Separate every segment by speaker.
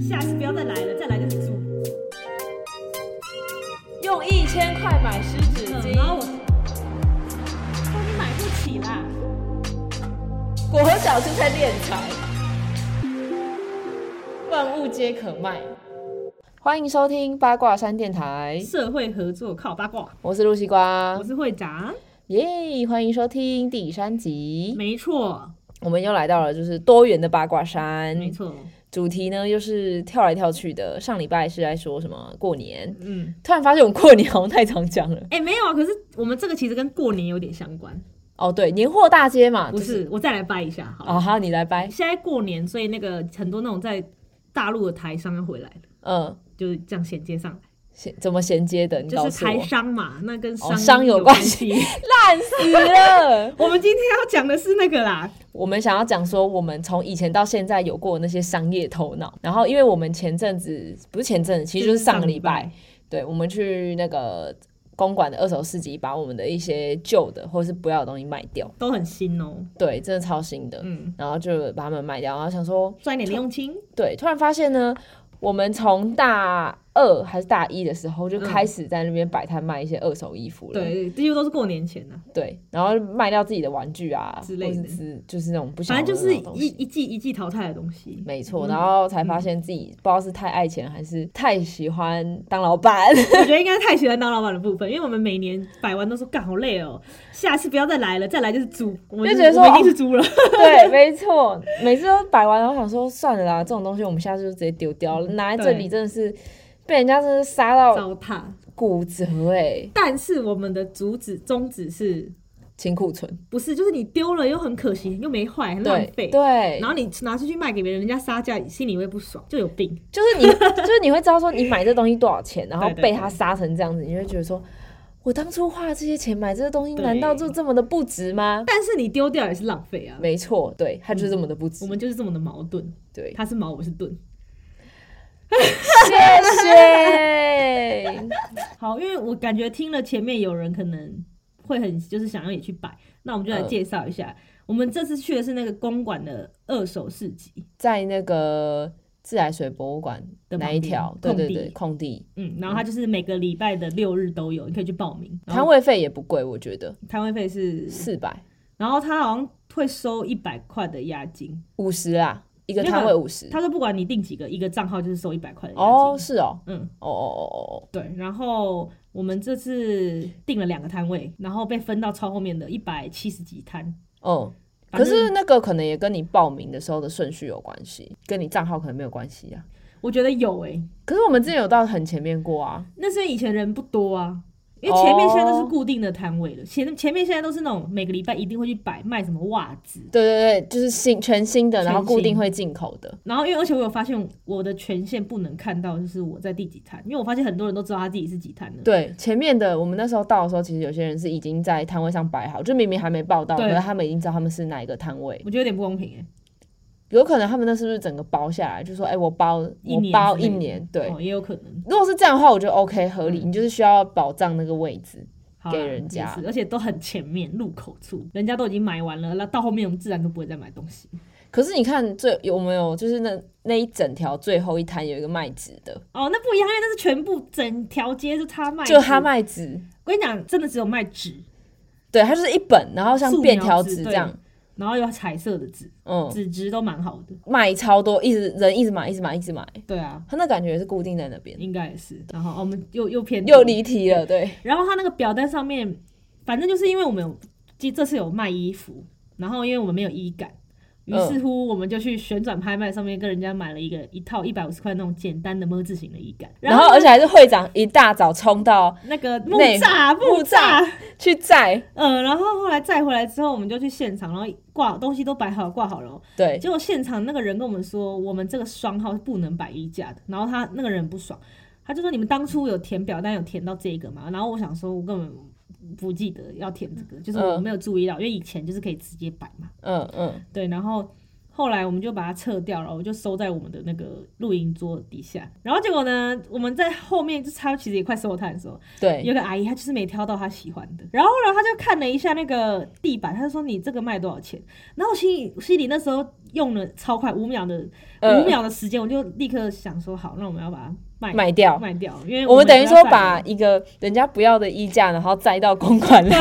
Speaker 1: 下次不要再来了，再来就煮。
Speaker 2: 用一千块买湿纸
Speaker 1: 嗯，然后
Speaker 2: 巾
Speaker 1: 我，，说你买不起啦。
Speaker 2: 国小就在练财，万物皆可卖。欢迎收听八卦山电台，
Speaker 1: 社会合作靠八卦，
Speaker 2: 我是陆西瓜
Speaker 1: 我，是会长。
Speaker 2: 耶欢迎收听第三集，
Speaker 1: 没错，
Speaker 2: 我们又来到了就是多元的八卦山，
Speaker 1: 没错，
Speaker 2: 主题呢又是跳来跳去的。上礼拜是在说什么过年，
Speaker 1: 嗯，
Speaker 2: 突然发现我们过年好像太常讲了。
Speaker 1: 哎、没有啊。可是我们这个其实跟过年有点相关，
Speaker 2: 哦，对，年货大街嘛，
Speaker 1: 不？
Speaker 2: 就是
Speaker 1: 我再来掰一下好了。
Speaker 2: 啊，好，你来掰，
Speaker 1: 现在过年，所以那个很多那种在大陆的台商要回来了，
Speaker 2: 嗯，
Speaker 1: 就是这样衔接上来，
Speaker 2: 衔怎么衔接的？你告
Speaker 1: 就是
Speaker 2: 诉我，
Speaker 1: 台商嘛，那跟商,、
Speaker 2: 哦商有
Speaker 1: 有
Speaker 2: 关
Speaker 1: 系。
Speaker 2: 烂死了。
Speaker 1: 我们今天要讲的是那个啦，
Speaker 2: 我们想要讲说，我们从以前到现在有过那些商业头脑。然后，因为我们前阵子不是前阵子，其实就是上个礼拜，对，我们去那个公馆的二手市集，把我们的一些旧的或是不要的东西卖掉。
Speaker 1: 都很新哦，
Speaker 2: 对，真的超新的。
Speaker 1: 嗯，
Speaker 2: 然后就把它们卖掉，然后想说，
Speaker 1: 赚一点零用金，
Speaker 2: 对，突然发现呢，我们从大二还是大一的时候就
Speaker 1: 嗯
Speaker 2: 开始在那边摆摊卖一些二手衣服了。
Speaker 1: 对，这些都是过年前啊的、
Speaker 2: 对，然后卖掉自己的玩具啊
Speaker 1: 之类的
Speaker 2: 或是之就是那种不想
Speaker 1: 反正
Speaker 2: 要的
Speaker 1: 就是
Speaker 2: 那种东
Speaker 1: 一
Speaker 2: 西。
Speaker 1: 一季一季淘汰的东西。
Speaker 2: 没错，然后才发现自己不知道是太爱钱还是太喜欢当老板。
Speaker 1: 我觉得应该是太喜欢当老板的部分，因为我们每年摆完都说干好累哦，下次不要再来了，再来就是猪，我们
Speaker 2: 就
Speaker 1: 就是
Speaker 2: 觉得说哦
Speaker 1: 我们一定是猪了。
Speaker 2: 对，没错，每次都摆完，然后想说算了啦，这种东西我们下次就直接丢掉了，拿在这里
Speaker 1: 对
Speaker 2: 真的是被人家真的杀到
Speaker 1: 糟蹋。
Speaker 2: 骨折哎、
Speaker 1: 但是我们的主旨宗旨是
Speaker 2: 清库存。
Speaker 1: 不是就是你丢了又很可惜，又没坏，很浪
Speaker 2: 对
Speaker 1: 费。
Speaker 2: 对，
Speaker 1: 然后你拿出去卖给别人，人家杀价，心里会不爽，就有病。
Speaker 2: 就是 你就是你会知道说你买这东西多少钱，然后
Speaker 1: 对对
Speaker 2: 被他杀成这样子，你就会觉得说。我当初花这些钱买这个东西，
Speaker 1: 对
Speaker 2: 难道就这么的不值吗？
Speaker 1: 但是你丢掉也是浪费啊。
Speaker 2: 没错，对，它就是这么的不值。
Speaker 1: 我们就是这么的矛盾，
Speaker 2: 对，
Speaker 1: 他是矛，我是盾。
Speaker 2: 谢谢。
Speaker 1: 好，因为我感觉听了前面有人可能会很就是想要也去摆，那我们就来
Speaker 2: 嗯
Speaker 1: 介绍一下。我们这次去的是那个公馆的二手市集，
Speaker 2: 在那个自来水博物馆
Speaker 1: 的
Speaker 2: 那
Speaker 1: 旁
Speaker 2: 一
Speaker 1: 边
Speaker 2: 条，对
Speaker 1: 空
Speaker 2: 对
Speaker 1: 地
Speaker 2: 对，空地，
Speaker 1: 嗯，然后它就是每个礼拜的六日都有，你可以去报名。然
Speaker 2: 摊
Speaker 1: 后嗯
Speaker 2: 位费也不贵，我觉得
Speaker 1: 摊位费是，
Speaker 2: 四百
Speaker 1: 然后他好像会收一百块的押金，
Speaker 2: 五十啦，一个
Speaker 1: 没有
Speaker 2: 摊
Speaker 1: 没
Speaker 2: 位
Speaker 1: 有
Speaker 2: 五十。
Speaker 1: 他说不管你定几个，一个账号就是收一百块的押金。
Speaker 2: 哦，是哦，
Speaker 1: 嗯，
Speaker 2: 哦哦哦哦哦，
Speaker 1: 对。然后我们这次定了两个摊位，然后被分到超后面的一百七十几摊。
Speaker 2: 嗯，
Speaker 1: 反
Speaker 2: 可
Speaker 1: 正
Speaker 2: 是那个可能也跟你报名的时候的顺序有关系，跟你账号可能没有关系啊。
Speaker 1: 我觉得有欸诶、
Speaker 2: 可是我们之前有到很前面过啊，
Speaker 1: 那是因为以前人不多啊，因为前面现在都
Speaker 2: 哦
Speaker 1: 是固定的摊位了，前前面现在都是那种每个礼拜一定会去摆卖什么袜子，
Speaker 2: 对对对，就是新全新的，然后
Speaker 1: 全
Speaker 2: 固
Speaker 1: 新
Speaker 2: 定会进口的，
Speaker 1: 然后因为而且我有发现我的权限不能看到就是我在第几摊，因为我发现很多人都知道他自己是几摊的，
Speaker 2: 对，前面的我们那时候到的时候，其实有些人是已经在摊位上摆好，就明明还没报到，可
Speaker 1: 对
Speaker 2: 是他们已经知道他们是哪一个摊位，
Speaker 1: 我觉得有点不公平哎、
Speaker 2: 有可能他们那是不是整个包下来，就说哎、我包
Speaker 1: 一
Speaker 2: 我
Speaker 1: 年
Speaker 2: 包
Speaker 1: 之
Speaker 2: 一
Speaker 1: 类的
Speaker 2: 年，对。
Speaker 1: 哦也嗯有可能
Speaker 2: 如果是这样的话，我觉得 OK 合理，你就是需要保障那个位置。
Speaker 1: 好啦
Speaker 2: 给人家
Speaker 1: 也是而且都很前面入口处，人家都已经买完了，那到后面我们自然就不会再买东西。
Speaker 2: 可是你看最有没有就是那那一整条最后一摊有一个卖纸的，
Speaker 1: 哦，那不一样，因为那是全部整条街是他卖，
Speaker 2: 就他。卖纸，
Speaker 1: 我跟你讲，真的只有卖纸，
Speaker 2: 对，它就是一本，然后像
Speaker 1: 素描
Speaker 2: 便条
Speaker 1: 纸
Speaker 2: 纸这
Speaker 1: 对
Speaker 2: 样，
Speaker 1: 然后有彩色的纸，
Speaker 2: 嗯，
Speaker 1: 纸质都蛮好的。
Speaker 2: 卖超多，一直人一直买，一直买，一直买，
Speaker 1: 对啊，
Speaker 2: 它那感觉是固定在那边，
Speaker 1: 应该也是。然后、哦我们又又偏
Speaker 2: 又
Speaker 1: 题
Speaker 2: 离题了，对，
Speaker 1: 然后他那个表单上面，反正就是因为我们有这这次有卖衣服，然后因为我们没有衣感，于
Speaker 2: 嗯
Speaker 1: 是乎我们就去旋转拍卖上面跟人家买了一个一套一百五十块那种简单的么字型的衣感，
Speaker 2: 然后而且还是会长一大早冲到
Speaker 1: 那个木
Speaker 2: 内
Speaker 1: 栅
Speaker 2: 木
Speaker 1: 木栅，
Speaker 2: 去载，
Speaker 1: 嗯，然后后来再回来之后，我们就去现场，然后挂东西都摆好了挂好了哦，
Speaker 2: 对，
Speaker 1: 结果现场那个人跟我们说，我们这个双号是不能摆衣架的，然后他那个人不爽，他就说你们当初有填表单有填到这个嘛？然后我想说，我根本不记得要填这个，就是我
Speaker 2: 嗯
Speaker 1: 没有注意到，因为以前就是可以直接摆嘛，
Speaker 2: 嗯嗯，
Speaker 1: 对，然后。后来我们就把它撤掉了，我就收在我们的那个露营桌底下。然后结果呢，我们在后面就差其实也快收摊的时候，有
Speaker 2: 对，
Speaker 1: 个阿姨她就是没挑到她喜欢的，然后呢，她就看了一下那个地板，她就说你这个卖多少钱？然后我心里心里那时候用了超快五秒的五、
Speaker 2: 呃
Speaker 1: 秒的时间，我就立刻想说好，那我们要把它卖
Speaker 2: 卖掉。
Speaker 1: 卖掉，因为
Speaker 2: 我们等于
Speaker 1: 不要
Speaker 2: 说
Speaker 1: 再
Speaker 2: 把一个人家不要的衣架，然后摘到公馆来，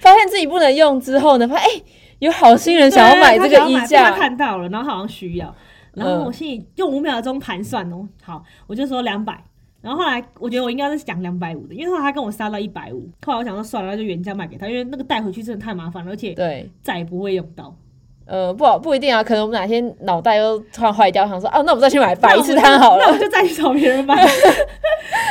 Speaker 2: 发现自己不能用之后呢，发现哎、有好心人想要
Speaker 1: 对啊
Speaker 2: 买
Speaker 1: 她
Speaker 2: 这
Speaker 1: 想要
Speaker 2: 个衣
Speaker 1: 买被她
Speaker 2: 架，嗯
Speaker 1: 看到了，然后好像需要，然后我心里用五秒钟盘算哦，好，我就说两百。然后后来我觉得我应该是讲两百五的，因为后来他跟我杀到一百五，后来我想说算了，那就原价卖给他，因为那个带回去真的太麻烦了，而且
Speaker 2: 对。
Speaker 1: 再也不会用到。
Speaker 2: 呃，不好不一定啊，可能我们哪天脑袋又突然坏掉，想说啊，那我们再去买摆一次摊好
Speaker 1: 那
Speaker 2: 了
Speaker 1: 我。就再去找别人 买。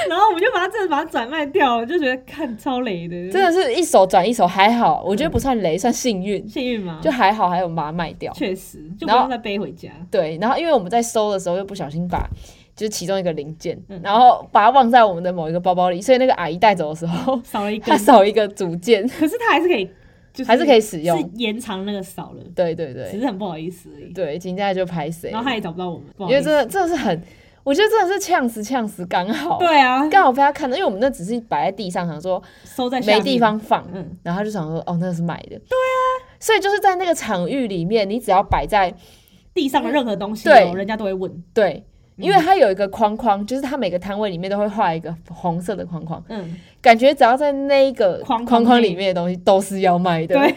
Speaker 1: 然后我们就把它真的把它转卖掉了，就觉得看超雷的，
Speaker 2: 真的是一手转一手，还好，我觉得不算雷，算幸运，
Speaker 1: 幸运吗？
Speaker 2: 就还好，还有把它卖掉。
Speaker 1: 确实，就不
Speaker 2: 然后
Speaker 1: 用再背回家。
Speaker 2: 对，然后因为我们在收的时候又不小心把就是其中一个零件，
Speaker 1: 嗯
Speaker 2: 然后把它忘在我们的某一个包包里，所以那个阿姨带走的 时候，
Speaker 1: 少了一
Speaker 2: 她
Speaker 1: 根，
Speaker 2: 少一个组件，
Speaker 1: 可是它还是可以，就是
Speaker 2: 还是可
Speaker 1: 以
Speaker 2: 以使用。
Speaker 1: 是延长那个少了，
Speaker 2: 对对
Speaker 1: 只
Speaker 2: 对
Speaker 1: 是很不好意思而已。
Speaker 2: 对，今天就拍谁？
Speaker 1: 然后他也找不到我们，不
Speaker 2: 因
Speaker 1: 好意
Speaker 2: 为
Speaker 1: 思。
Speaker 2: 真的真的是很，我觉得真的是呛死呛死，刚好
Speaker 1: 对啊，
Speaker 2: 刚好被他看到，因为我们那只是摆在地上，想说
Speaker 1: 收在下
Speaker 2: 没
Speaker 1: 面
Speaker 2: 地。方放，
Speaker 1: 嗯，
Speaker 2: 然后他就想说哦，那是买的。对啊，所以就是在那个场域里面，你只要摆在
Speaker 1: 地上的任何东西
Speaker 2: 对
Speaker 1: 哦，人家都会问。
Speaker 2: 对。
Speaker 1: 嗯
Speaker 2: 因为它有一个框框，就是它每个摊位里面都会画一个红色的框框，
Speaker 1: 嗯，
Speaker 2: 感觉只要在那一个
Speaker 1: 框框
Speaker 2: 框框里
Speaker 1: 内
Speaker 2: 面的东西都是要卖的，
Speaker 1: 对，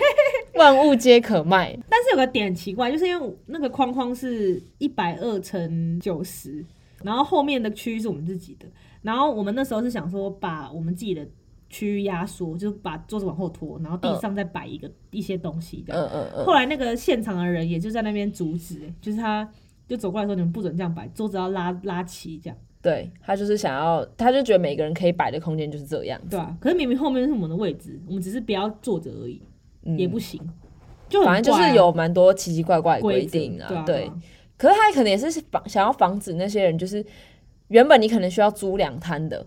Speaker 2: 万物皆可卖。
Speaker 1: 但是有个点很奇怪，就是因为我那个框框是一百二乘九十，然后后面的区域是我们自己的，然后我们那时候是想说把我们自己的区域压缩，就是把桌子往后拖，然后地上再摆一个、一些东西这样。
Speaker 2: 嗯嗯嗯，
Speaker 1: 后来那个现场的人也就在那边阻止、欸就是他就走过来说你们不准这样摆，桌子要拉拉齐这样，
Speaker 2: 对他就是想要，他就觉得每个人可以摆的空间就是这样，
Speaker 1: 对啊。可是明明后面是我们的位置，我们只是不要坐着而已，
Speaker 2: 嗯
Speaker 1: 也不行，就很
Speaker 2: 反正就
Speaker 1: 怪
Speaker 2: 是
Speaker 1: 啊
Speaker 2: 有蛮多奇奇怪怪的规
Speaker 1: 规则
Speaker 2: 定
Speaker 1: 对啊，
Speaker 2: 对
Speaker 1: 啊。
Speaker 2: 可是他可能也是防想要防止那些人，就是原本你可能需要租两摊的，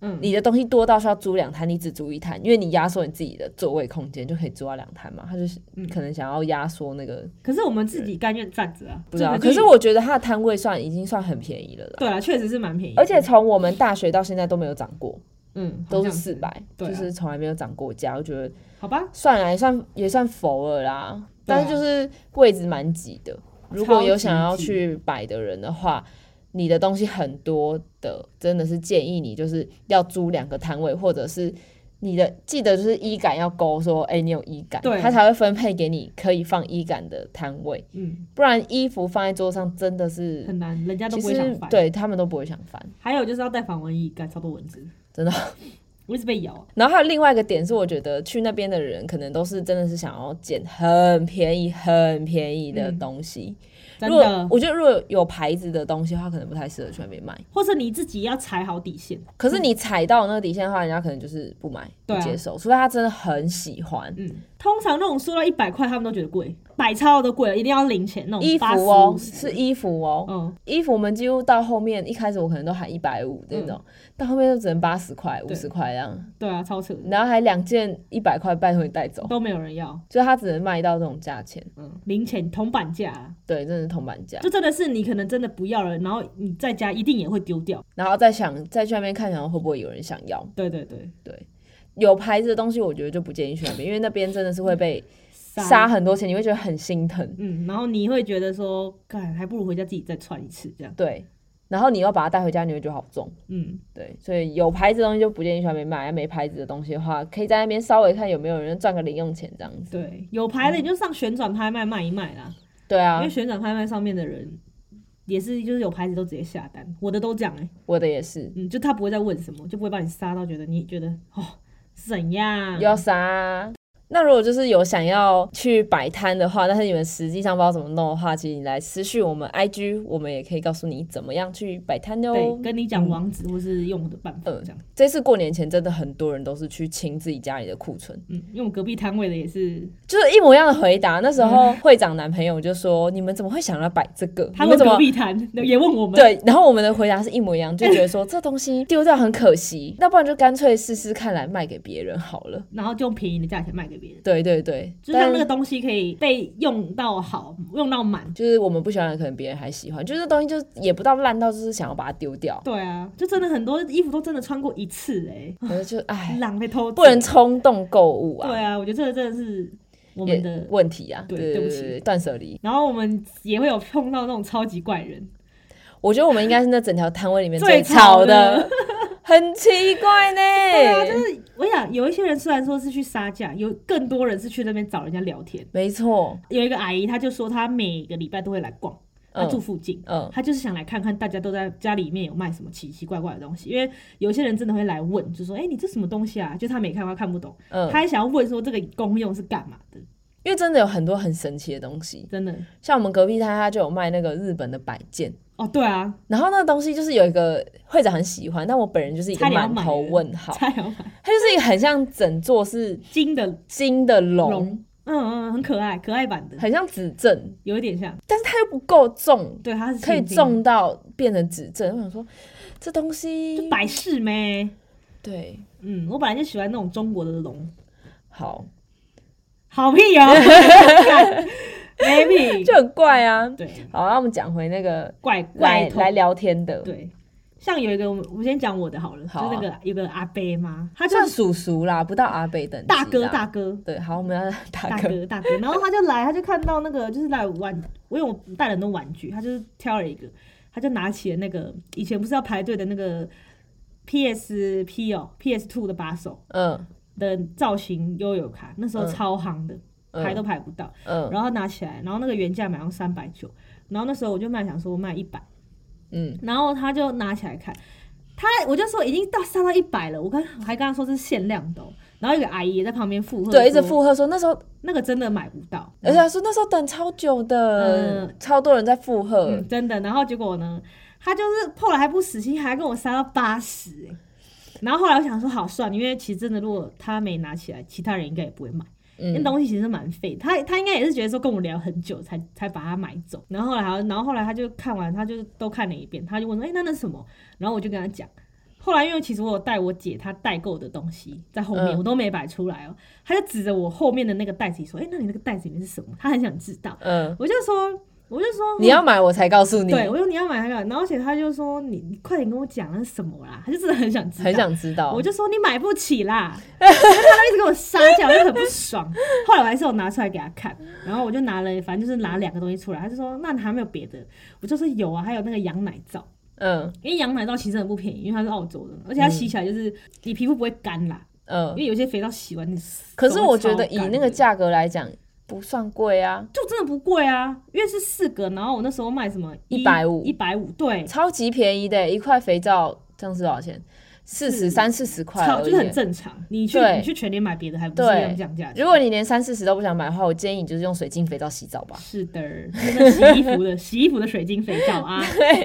Speaker 1: 嗯，
Speaker 2: 你的东西多到需要租两摊，你只租一摊，因为你压缩你自己的座位空间就可以租到两摊嘛。他就是
Speaker 1: 嗯
Speaker 2: 可能想要压缩那个，
Speaker 1: 可是我们自己甘愿站着啊，
Speaker 2: 不知道。
Speaker 1: 这个就
Speaker 2: 可是我觉得他的摊位算已经算很便宜了啦，
Speaker 1: 对啊，确实是蛮便宜的，
Speaker 2: 而且从我们大学到现在都没有涨过，
Speaker 1: 嗯，
Speaker 2: 都是
Speaker 1: 好像
Speaker 2: 四百，
Speaker 1: 对啊
Speaker 2: 就是从来没有涨过价，我觉得。
Speaker 1: 好吧，
Speaker 2: 算来算也算佛了啦，
Speaker 1: 对啊
Speaker 2: 但是就是位置蛮挤的。如果有想要
Speaker 1: 超级挤
Speaker 2: 去摆的人的话，你的东西很多的，真的是建议你就是要租两个摊位，或者是你的记得就是衣杆要勾说，哎、你有衣杆，
Speaker 1: 对
Speaker 2: 他才会分配给你可以放衣杆的摊位，
Speaker 1: 嗯，
Speaker 2: 不然衣服放在桌上真的是，
Speaker 1: 很难，人家都
Speaker 2: 其
Speaker 1: 不会想
Speaker 2: 实
Speaker 1: 翻。，
Speaker 2: 对他们都不会想翻。
Speaker 1: 还有就是要带防蚊液，赶超多蚊子，
Speaker 2: 真的，
Speaker 1: 我一直被咬。啊
Speaker 2: 然后还有另外一个点是，我觉得去那边的人可能都是真的是想要捡很便宜、很便宜的东西。
Speaker 1: 嗯真
Speaker 2: 如果
Speaker 1: 的，
Speaker 2: 我觉得如果有牌子的东西的话，可能不太适合去那边买。
Speaker 1: 或是你自己要踩好底线，
Speaker 2: 可是你踩到那个底线的话，人家可能就是不买、
Speaker 1: 对
Speaker 2: 不
Speaker 1: 啊
Speaker 2: 接受，除非他真的很喜欢。
Speaker 1: 嗯，通常那种说到一百块，他们都觉得贵，百超都贵了，一定要零钱那种
Speaker 2: 衣服
Speaker 1: 85
Speaker 2: 哦，
Speaker 1: 50
Speaker 2: 是衣服哦，
Speaker 1: 嗯，
Speaker 2: 衣服我们几乎到后面，一开始我可能都喊一百五那
Speaker 1: 嗯
Speaker 2: 种，到后面就只能八十块、五
Speaker 1: 对
Speaker 2: 十块这样，
Speaker 1: 对啊，超扯的，
Speaker 2: 然后还两件一百块，拜托你带走，
Speaker 1: 都没有人要，
Speaker 2: 就他只能卖到这种价钱，
Speaker 1: 嗯，零钱铜板价啊，
Speaker 2: 对，真的是铜板价。
Speaker 1: 就真的是你可能真的不要了，然后你在家一定也会丢掉，
Speaker 2: 然后再想再去那边看，想会不会有人想要。
Speaker 1: 对对对，
Speaker 2: 有牌子的东西，我觉得就不建议去那边，因为那边真的是会被
Speaker 1: 杀
Speaker 2: 杀很多钱，你会觉得很心疼。
Speaker 1: 嗯，然后你会觉得说，干还不如回家自己再穿一次这样，
Speaker 2: 对，然后你要把它带回家，你会觉得好重。
Speaker 1: 嗯，
Speaker 2: 对，所以有牌子的东西就不建议去那边买，没牌子的东西的话，可以在那边稍微看有没有人赚个零用钱这样子。
Speaker 1: 对，有牌的你就上旋转拍卖卖一卖啦，
Speaker 2: 对
Speaker 1: 因
Speaker 2: 啊
Speaker 1: 为，旋转拍卖上面的人也是就是有牌子都直接下单，我的都讲哎、欸，
Speaker 2: 我的也是，
Speaker 1: 嗯，就他不会再问什么，就不会把你杀到觉得你觉得哦是怎样
Speaker 2: 又，要杀啊。那如果就是有想要去摆摊的话，但是你们实际上不知道怎么弄的话，其实你来私讯我们 IG，我们也可以告诉你怎么样去摆摊哟。
Speaker 1: 对，跟你讲网址或是用我的办法
Speaker 2: 嗯
Speaker 1: 这样，
Speaker 2: 这次过年前真的很多人都是去清自己家里的库存，
Speaker 1: 嗯，因为我隔壁摊位的也是，
Speaker 2: 就是一模一样的回答。那时候会长男朋友就说：“你们怎么会想要摆这个？
Speaker 1: 他们
Speaker 2: 你们怎
Speaker 1: 隔
Speaker 2: 么
Speaker 1: 壁摊 也问我？”们，
Speaker 2: 对，然后我们的回答是一模一样，就觉得说这 东西丢掉很可惜，那不然就干脆试试看来卖给别人好了。
Speaker 1: 然后就用便宜的价钱卖给别人，
Speaker 2: 对对对，
Speaker 1: 就是让那个
Speaker 2: 但
Speaker 1: 东西可以被用到好，用到满。
Speaker 2: 就是我们不喜欢的，可能别人还喜欢，就是这东西就也不到烂到就是想要把它丢 掉，
Speaker 1: 对啊，就真的很多衣服都真的穿过一次哎、
Speaker 2: 然后就哎，
Speaker 1: 浪费偷
Speaker 2: 不能冲动购物啊，
Speaker 1: 对啊，我觉得这个真的是我
Speaker 2: 也
Speaker 1: 们的。
Speaker 2: 问题啊，
Speaker 1: 对
Speaker 2: 对
Speaker 1: 对不起
Speaker 2: 对，断舍离。
Speaker 1: 然后我们也会有碰到那种超级怪人，
Speaker 2: 我觉得我们应该是那整条摊位里面
Speaker 1: 最
Speaker 2: 吵
Speaker 1: 吵的，
Speaker 2: 很奇怪
Speaker 1: 对啊，就
Speaker 2: 呢。
Speaker 1: 是我想有一些人虽然说是去杀价，有更多人是去那边找人家聊天。
Speaker 2: 没错，
Speaker 1: 有一个阿姨，她就说她每个礼拜都会来逛，她住
Speaker 2: 嗯
Speaker 1: 附近，
Speaker 2: 嗯，
Speaker 1: 她就是想来看看大家都在家里面有卖什么奇奇怪怪的东西，因为有些人真的会来问，就说：“哎、你这什么东西啊？”就她没看过，她看不懂，
Speaker 2: 嗯
Speaker 1: 她，还想要问说这个功用是干嘛的，
Speaker 2: 因为真的有很多很神奇的东西，
Speaker 1: 真的。
Speaker 2: 像我们隔壁摊他就有卖那个日本的摆件，
Speaker 1: 哦，对啊，
Speaker 2: 然后那个东西就是有一个会长很喜欢，但我本人就是一个
Speaker 1: 差点要
Speaker 2: 满
Speaker 1: 买
Speaker 2: 头
Speaker 1: 了
Speaker 2: 问号，
Speaker 1: 菜要买
Speaker 2: 它就是一个很像整座是
Speaker 1: 金的
Speaker 2: 金的龙，
Speaker 1: 龙，嗯嗯，很可爱，可爱版的，
Speaker 2: 很像指正，
Speaker 1: 有一点像，
Speaker 2: 但是它又不够重，
Speaker 1: 对，它是
Speaker 2: 可以
Speaker 1: 青金
Speaker 2: 重到变成指正。我想说，这东西
Speaker 1: 就百事咩。
Speaker 2: 对，
Speaker 1: 嗯，我本来就喜欢那种中国的龙，
Speaker 2: 好
Speaker 1: 好屁 哦干没屁，
Speaker 2: 就很怪啊。
Speaker 1: 对，
Speaker 2: 好，那我们讲回那个
Speaker 1: 怪
Speaker 2: 来
Speaker 1: 怪头
Speaker 2: 来，聊天的，
Speaker 1: 对。像有一个，我们我先讲我的好了，
Speaker 2: 好啊
Speaker 1: 就是那个有个阿伯嘛，他就
Speaker 2: 算叔叔啦，不到阿北等级
Speaker 1: 大哥
Speaker 2: 啦
Speaker 1: 大哥
Speaker 2: 对，好，我们要大
Speaker 1: 大
Speaker 2: 哥，
Speaker 1: 哥大哥，然后他就来，他就看到那个就是来玩，我因为我带了很多玩具，他就是挑了一个，他就拿起了那个以前不是要排队的那个 PSP 哦 PS Two 的把手
Speaker 2: 嗯
Speaker 1: 的造型悠游卡，那时候
Speaker 2: 嗯
Speaker 1: 超夯的，排都
Speaker 2: 嗯
Speaker 1: 排不到。
Speaker 2: 嗯
Speaker 1: 然后拿起来，然后那个原价买到三百九，然后那时候我就卖想说我卖一百，
Speaker 2: 嗯，
Speaker 1: 然后他就拿起来看，他我就说已经到杀到一百了，我跟我还跟他说这是限量的哦、然后一个阿姨也在旁边附和，
Speaker 2: 对，一直，附和说那时候，
Speaker 1: 那个真的买不到，
Speaker 2: 而且他说那时候等超久的，超多人在附和
Speaker 1: 嗯，，真的。然后结果呢，他就是后来还不死心，还跟我杀到八十、欸，然后后来我想说好算了，因为其实真的如果他没拿起来，其他人应该也不会买。那
Speaker 2: 嗯，
Speaker 1: 东西其实蛮废，他他应该也是觉得说跟我聊很久才才把它买走，然后后来好像然后后来他就看完，他就都看了一遍，他就问说，哎、那那什么？然后我就跟他讲，后来因为其实我有带我姐她代购的东西在后面，
Speaker 2: 嗯
Speaker 1: 我都没摆出来哦，他就指着我后面的那个袋子说，哎、那你那个袋子里面是什么？他很想知道，
Speaker 2: 嗯，
Speaker 1: 我就说，我就说
Speaker 2: 你要买我才告诉你，
Speaker 1: 对，我说你要买那个，然后而且他就说你你快点跟我讲那是什么啦，他就真的很想知道，
Speaker 2: 很想知道，
Speaker 1: 我就说你买不起啦， 然后他一直跟我杀价，我就很不爽。后来我还是有拿出来给他看，然后我就拿了，反正就是拿两个东西出来，他就说那你还没有别的？我就说有啊，还有那个羊奶皂，
Speaker 2: 嗯
Speaker 1: 因为羊奶皂其实很不便宜，因为它是澳洲的，而且它洗起来就是、你皮肤不会干啦，因
Speaker 2: 嗯，
Speaker 1: 为有些肥皂洗完你
Speaker 2: 可是我觉得
Speaker 1: 手会
Speaker 2: 以
Speaker 1: 超干
Speaker 2: 那个
Speaker 1: 的
Speaker 2: 价格来讲，不算贵啊，
Speaker 1: 就真的不贵啊，因为是四个，然后我那时候卖什么
Speaker 2: 150
Speaker 1: 一百五对，
Speaker 2: 超级便宜的，一块肥皂这样是多少钱？四十三四十块
Speaker 1: 超
Speaker 2: 而
Speaker 1: 就是很
Speaker 2: 已。
Speaker 1: 正常。你去
Speaker 2: 对
Speaker 1: 你去全年买别的还不是一样降价钱？
Speaker 2: 如果你连三四十都不想买的话，我建议你就是用水晶肥皂洗澡吧。
Speaker 1: 是的，就是洗衣服的 洗衣服的水晶肥皂啊，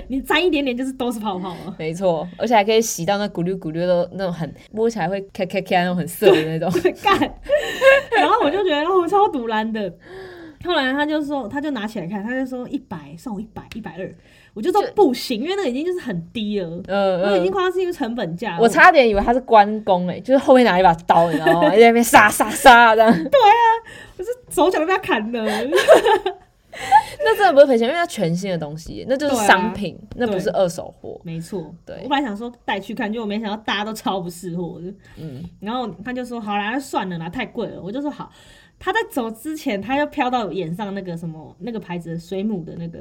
Speaker 1: 你沾一点点就是都是泡泡了。
Speaker 2: 没错，而且还可以洗到那咕噜咕噜的那种很摸起来会咔咔咔那种很涩的那种。
Speaker 1: 对，干，然后我就觉得哦，超堵然的。后来他就说，他就拿起来看，他就说一百送我一百，一百二，我就说不行，因为那个已经就是很低了，
Speaker 2: 嗯
Speaker 1: 我已经
Speaker 2: 嗯，
Speaker 1: 快要是一个成本价了。
Speaker 2: 我差点以为他是关公哎、就是后面拿一把刀，你 知道吗？在那边杀杀杀这样。
Speaker 1: 手脚都被他砍了，
Speaker 2: 那真的不是赔钱，因为它全新的东西，那就是
Speaker 1: 对啊
Speaker 2: 商品，那不是
Speaker 1: 对
Speaker 2: 二手货。
Speaker 1: 没错。
Speaker 2: 对
Speaker 1: 我本来想说带去看，结果没想到大家都超不识货的。
Speaker 2: 嗯，
Speaker 1: 然后他就说好啦，那算了啦，太贵了。我就说好。他在走之前，他就飘到我眼上那个什么那个牌子的水母的那个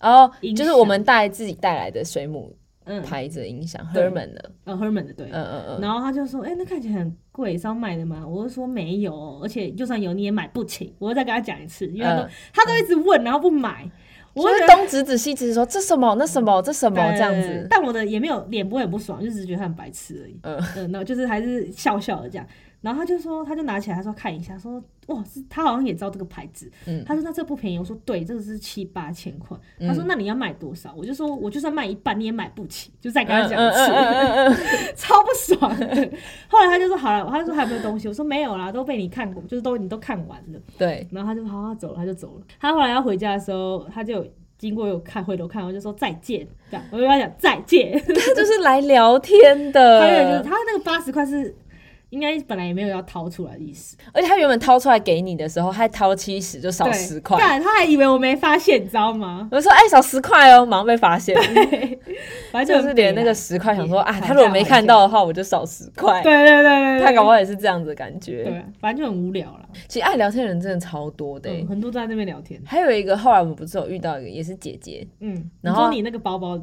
Speaker 2: 然后
Speaker 1: 音
Speaker 2: 就是我们带自己带来的水母
Speaker 1: 嗯
Speaker 2: 牌子的音响
Speaker 1: 对
Speaker 2: ，Herman 的，
Speaker 1: 呃 Herman 的对。
Speaker 2: 嗯嗯嗯，
Speaker 1: 然后他就说：“哎、那看起来很贵，是要卖的吗？”我就说：“没有，而且就算有你也买不起。”我又再跟他讲一次，因为他都、
Speaker 2: 嗯
Speaker 1: 他都一直问，然后不买，我
Speaker 2: 就
Speaker 1: 会
Speaker 2: 是
Speaker 1: 觉得
Speaker 2: 东指指西指说这什么那什么这什么这样
Speaker 1: 呃
Speaker 2: 子，
Speaker 1: 但我的也没有脸不会很不爽，就只是觉得他很白痴而已。
Speaker 2: 嗯
Speaker 1: 嗯，然后就是还是笑笑的这样。然后他就说，他就拿起来，他说看一下，说哇，是他好像也知道这个牌子。
Speaker 2: 嗯
Speaker 1: 他说那这不便宜，我说对，这个是七八千块。他说那你要卖多少？我就说我就算卖一半你也买不起，就再跟他讲一次，
Speaker 2: 嗯嗯，
Speaker 1: 超不爽的。 后来他就说好了，他说还有没有东西？我说没有啦，都被你看过，就是都你都看完了。
Speaker 2: 对，
Speaker 1: 然后他就好，他走了，他就走了。他后来要回家的时候，他就有经过有看回头看，我就说再见，这样我就跟他讲再见。
Speaker 2: 他就是来聊天
Speaker 1: 他那个就是
Speaker 2: 的，
Speaker 1: 他那个八十块是应该本来也没有要掏出来的意思，
Speaker 2: 而且他原本掏出来给你的时候，还掏七十就少
Speaker 1: 对
Speaker 2: 十块。
Speaker 1: 干，他还以为我没发现，你知道吗？
Speaker 2: 我就说哎、少十块哦，马上被发现，
Speaker 1: 反正
Speaker 2: 就
Speaker 1: 很
Speaker 2: 是连
Speaker 1: 北
Speaker 2: 那个
Speaker 1: 啦
Speaker 2: 十块，想说
Speaker 1: 也
Speaker 2: 啊，他
Speaker 1: 砍
Speaker 2: 如果
Speaker 1: 价
Speaker 2: 没
Speaker 1: 还
Speaker 2: 看
Speaker 1: 价
Speaker 2: 到的话，我就少十块。
Speaker 1: 对对对对，
Speaker 2: 他搞不
Speaker 1: 好
Speaker 2: 好也是这样子的感觉。
Speaker 1: 对，反正就很无聊了。
Speaker 2: 其实爱聊天的人真的超多的欸、
Speaker 1: 嗯，很多都在那边聊天。
Speaker 2: 还有一个后来我们不是有遇到一个也是姐姐，
Speaker 1: 嗯，
Speaker 2: 然
Speaker 1: 你
Speaker 2: 后
Speaker 1: 说你那个包包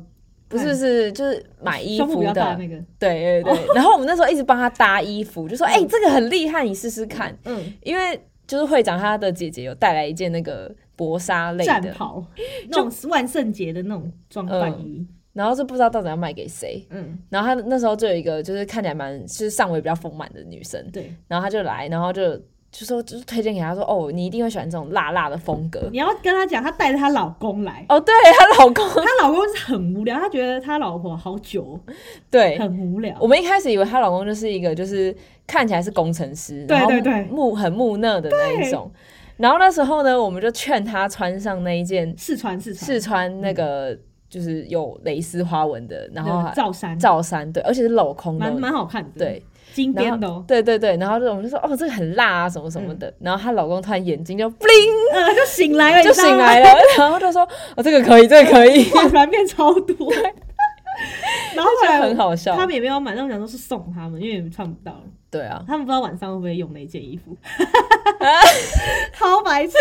Speaker 2: 不是是就是买衣
Speaker 1: 胸部
Speaker 2: 服
Speaker 1: 比较大的
Speaker 2: 的，
Speaker 1: 那个，哦
Speaker 2: 对对对。然后我们那时候一直帮她搭衣服，就说哎、
Speaker 1: 嗯
Speaker 2: 这个很厉害，你试试看。
Speaker 1: 嗯，
Speaker 2: 因为就是会长他的姐姐有带来一件那个薄纱类
Speaker 1: 战
Speaker 2: 的，
Speaker 1: 袍，那种万圣节的那种装扮衣，
Speaker 2: 然后就不知道到底要卖给谁。
Speaker 1: 嗯，
Speaker 2: 然后他那时候就有一个就是看起来蛮就是上围比较丰满的女生，
Speaker 1: 对，
Speaker 2: 然后她就来，然后就就说就是推荐给她说哦，你一定会喜欢这种辣辣的 风格。
Speaker 1: 你要跟她讲，她带着她老公来，
Speaker 2: 哦，对，她老公，
Speaker 1: 她老公是很无聊，她觉得她老婆好久，
Speaker 2: 对
Speaker 1: 很无聊
Speaker 2: 我，们一开始以为她老公就是一个就是看起来是工程师，
Speaker 1: 对
Speaker 2: 然后
Speaker 1: 对对
Speaker 2: 木很木讷的那一种。然后那时候呢，我们就劝她穿上那一件
Speaker 1: 试穿试穿
Speaker 2: 是穿那个就是有蕾丝花纹的，然后
Speaker 1: 那个罩衫，
Speaker 2: 罩衫，对，而且是镂空的
Speaker 1: 蛮，蛮好看的，，
Speaker 2: 对，
Speaker 1: 金
Speaker 2: 然
Speaker 1: 边的
Speaker 2: 后
Speaker 1: 哦，嗯
Speaker 2: 对对对，然后这种就说哦，这个很辣啊，什么什么的，然后她老公突然眼睛就 bling
Speaker 1: 呃，就醒来了，
Speaker 2: 就醒来
Speaker 1: 了，
Speaker 2: 了，然后就说哦，这个可以，这个可以，
Speaker 1: 哇，软变超多， 然后后
Speaker 2: 就
Speaker 1: 来
Speaker 2: 很好笑
Speaker 1: 他，们也没有买，那我想说是送他们，因为也穿不到了。
Speaker 2: 对啊，
Speaker 1: 他们不知道晚上会不会用那件衣服， 超白痴，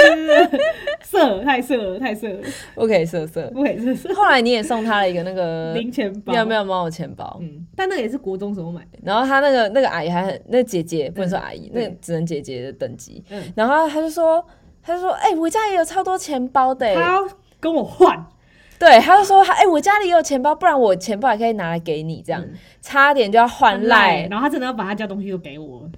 Speaker 1: 色太色了，太色了，
Speaker 2: 不可以色色。
Speaker 1: 不可以色色。
Speaker 2: 后来你也送她了一个那个
Speaker 1: 零钱包，
Speaker 2: 妙，妙猫的钱包，
Speaker 1: 嗯，但那个也是国中时候买的，
Speaker 2: 然后她那个那个阿姨还很，那姐姐不能说阿姨，
Speaker 1: 对
Speaker 2: 那只能姐姐的等级，
Speaker 1: 嗯，
Speaker 2: 然后她就说。她就说：“哎、我家也有超多钱包的、
Speaker 1: 他
Speaker 2: 欸，
Speaker 1: 要跟我换，
Speaker 2: 对，她就说她：“哎、我家里也有钱包，不然我钱包也可以拿来给你。”这样，
Speaker 1: 嗯
Speaker 2: 差点就要换赖，
Speaker 1: 然后他真的要把他家东西都给我，